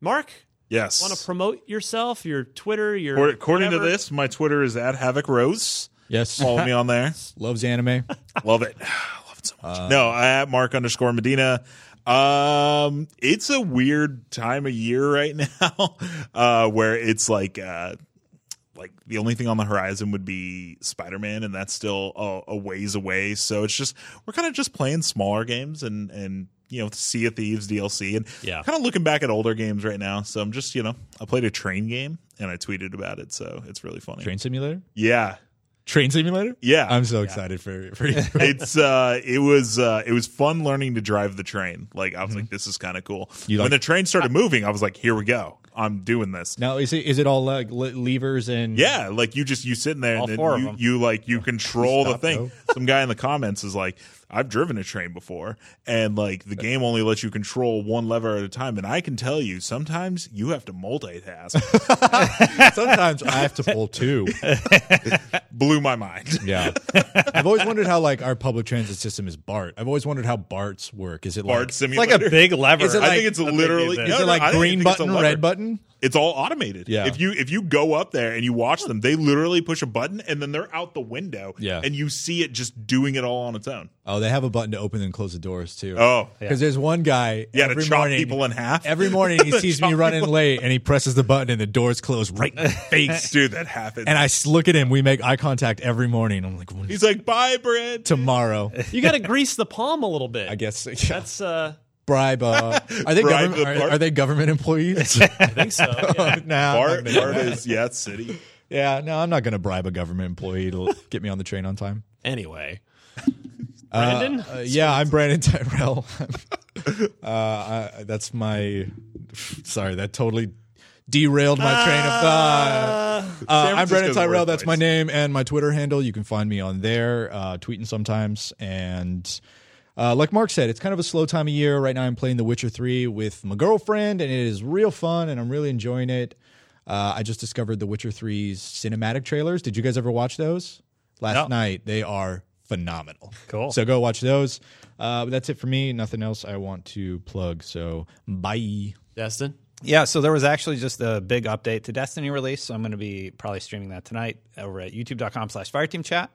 A: Mark,
C: Yes.
A: want to promote yourself, your Twitter, your.
C: According- According to
A: whatever?
C: this, my Twitter is at Havoc Rose.
B: Yes.
C: Follow me on there.
B: Loves anime.
C: Love it. Love it so much. no, I at Mark underscore Medina. Um, it's a weird time of year right now, uh, where it's like, uh, like the only thing on the horizon would be Spider-Man, and that's still a, a ways away. So it's just we're kind of just playing smaller games and and you know Sea of Thieves DLC and
A: Yeah.
C: kind of looking back at older games right now. So I'm just you know I played a train game and I tweeted about it, so it's really funny.
B: Train simulator.
C: Yeah,
B: Train simulator.
C: yeah.
B: I'm so excited for for you.
C: it's uh it was uh it was fun learning to drive the train like i was like this is kind of cool
B: You
C: when
B: like-
C: the train started moving i was like here we go i'm doing this
B: now is it is it all like le- levers and
C: yeah like you just you sitting there
D: All
C: and
D: four
C: then
D: of
C: you,
D: them.
C: you like you control the
B: Stop,
C: thing
B: though.
C: some guy in the comments is like i've driven a train before and like the game only lets you control one lever at a time and i can tell you sometimes you have to multitask
B: Sometimes I have to pull two.
C: blew my mind
B: Yeah. I've always wondered how like our public transit system is BART. I've always wondered how BARTs work. Is it
C: Bart
B: like
D: It's like
C: simulator
D: a big lever.
B: Is it
C: I
B: like-
C: think it's
D: a big
C: literally
D: thing.
C: no,
B: is it
C: no, I
B: like
C: don't
B: green
C: even think it's a
B: button,
C: lever.
B: red button?
C: It's all automated.
B: Yeah.
C: If you if you go up there and you watch them, they literally push a button and then they're out the window.
B: Yeah.
C: And you see it just doing it all on its own.
B: Oh, they have a button to open and close the doors too.
C: Oh. Yeah.
B: Because there's one guy
C: to
B: every
C: chop
B: morning.
C: people in half.
B: Every morning he sees me running late and he presses the button and the doors close right in my face.
C: Dude, that happens.
B: and I s- look at him. We make eye contact every morning. I'm like,
C: He's like, bye, Brent.
B: tomorrow.
A: You got to grease the palm a little bit.
B: I guess
A: That's, uh,
B: bribe. Uh, are they
C: Bribe
B: government?
C: the
B: Are,
C: Bart.
B: are they government employees?
A: I think so. yeah.
B: nah,
C: Bart,
B: I'm not gonna-
C: Bart is yeah, city.
B: yeah, no, I'm not going to bribe a government employee to get me on the train on time.
A: Anyway. Brandon?
B: Uh, yeah, I'm Brandon Tyrell. uh, I, that's my. Sorry, that totally derailed my train of thought. Uh, I'm Brandon
C: Francisco's
B: Tyrell.
C: workplace.
B: That's my name and my Twitter handle. You can find me on there, uh, tweeting sometimes, and Uh, like Mark said, it's kind of a slow time of year. Right now, I'm playing The Witcher 3 with my girlfriend, and it is real fun, and I'm really enjoying it. Uh, I just discovered The Witcher 3's cinematic trailers. Did you guys ever watch those? Last
D: No.
B: night, they are phenomenal.
D: Cool.
B: So go watch those. Uh, but that's it for me. Nothing else I want to plug. So bye.
A: Destin?
D: Yeah, so there was actually just a big update to Destiny release, so I'm going to be probably streaming that tonight over at youtube.com slash fireteamchat.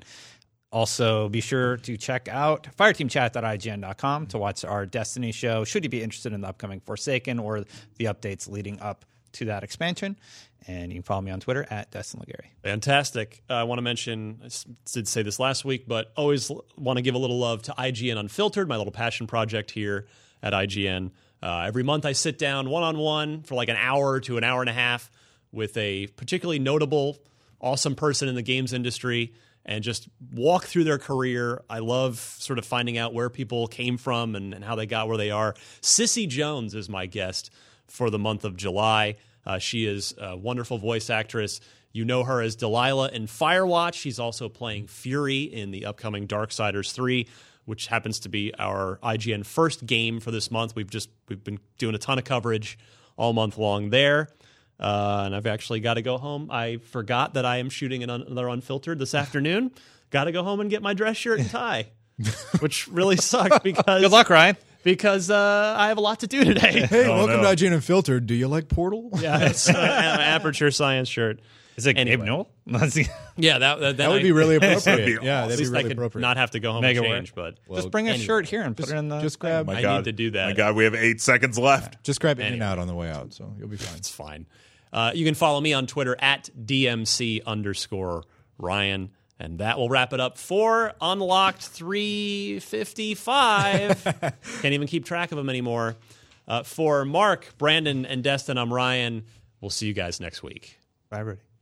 D: Also, be sure to check out fireteamchat.ign.com to watch our Destiny show, should you be interested in the upcoming Forsaken or the updates leading up to that expansion. And you can follow me on Twitter at Destin Legary.
A: Fantastic. Uh, I want to mention, I s- did say this last week, but always l- want to give a little love to IGN Unfiltered, my little passion project here at IGN. Uh, every month I sit down one on one for like an hour to an hour and a half with a particularly notable, awesome person in the games industry and just walk through their career. I love sort of finding out where people came from and, and how they got where they are. Sissy Jones is my guest for the month of July. Uh, she is a wonderful voice actress. You know her as Delilah in Firewatch. She's also playing Fury in the upcoming Darksiders 3, which happens to be our IGN first game for this month. We've just we've been doing a ton of coverage all month long there. Uh, and I've actually got to go home. I forgot that I am shooting an un- another unfiltered this afternoon. got to go home and get my dress shirt and tie, which really sucked because
D: Good luck, Ryan.
A: because uh, I have a lot to do today.
B: Hey,
C: Oh,
B: welcome
C: no.
B: to IGN Unfiltered. Do you like Portal?
A: Yeah, it's uh, an aperture science shirt.
D: Is it
A: Anyway.
D: Gabe Newell? Let's-
A: Yeah, that that,
B: That would be really appropriate.
C: That'd be
B: yeah,
C: awesome.
B: that'd
A: At
B: be
A: least
B: really
A: I could
B: appropriate.
A: not have to go home
D: Make
A: and
D: it work.
A: change, but
D: just bring a shirt here and put it in the.
B: just grab,
A: I
C: God.
A: need to do that.
C: My God, we have eight seconds left.
B: just grab In and Out on the way out, so you'll be fine.
A: It's fine. Uh, you can follow me on Twitter at DMC underscore Ryan. And that will wrap it up for Unlocked 355. Can't even keep track of them anymore. Uh, for Mark, Brandon, and Destin, I'm Ryan. We'll see you guys next week.
D: Bye, Rudy.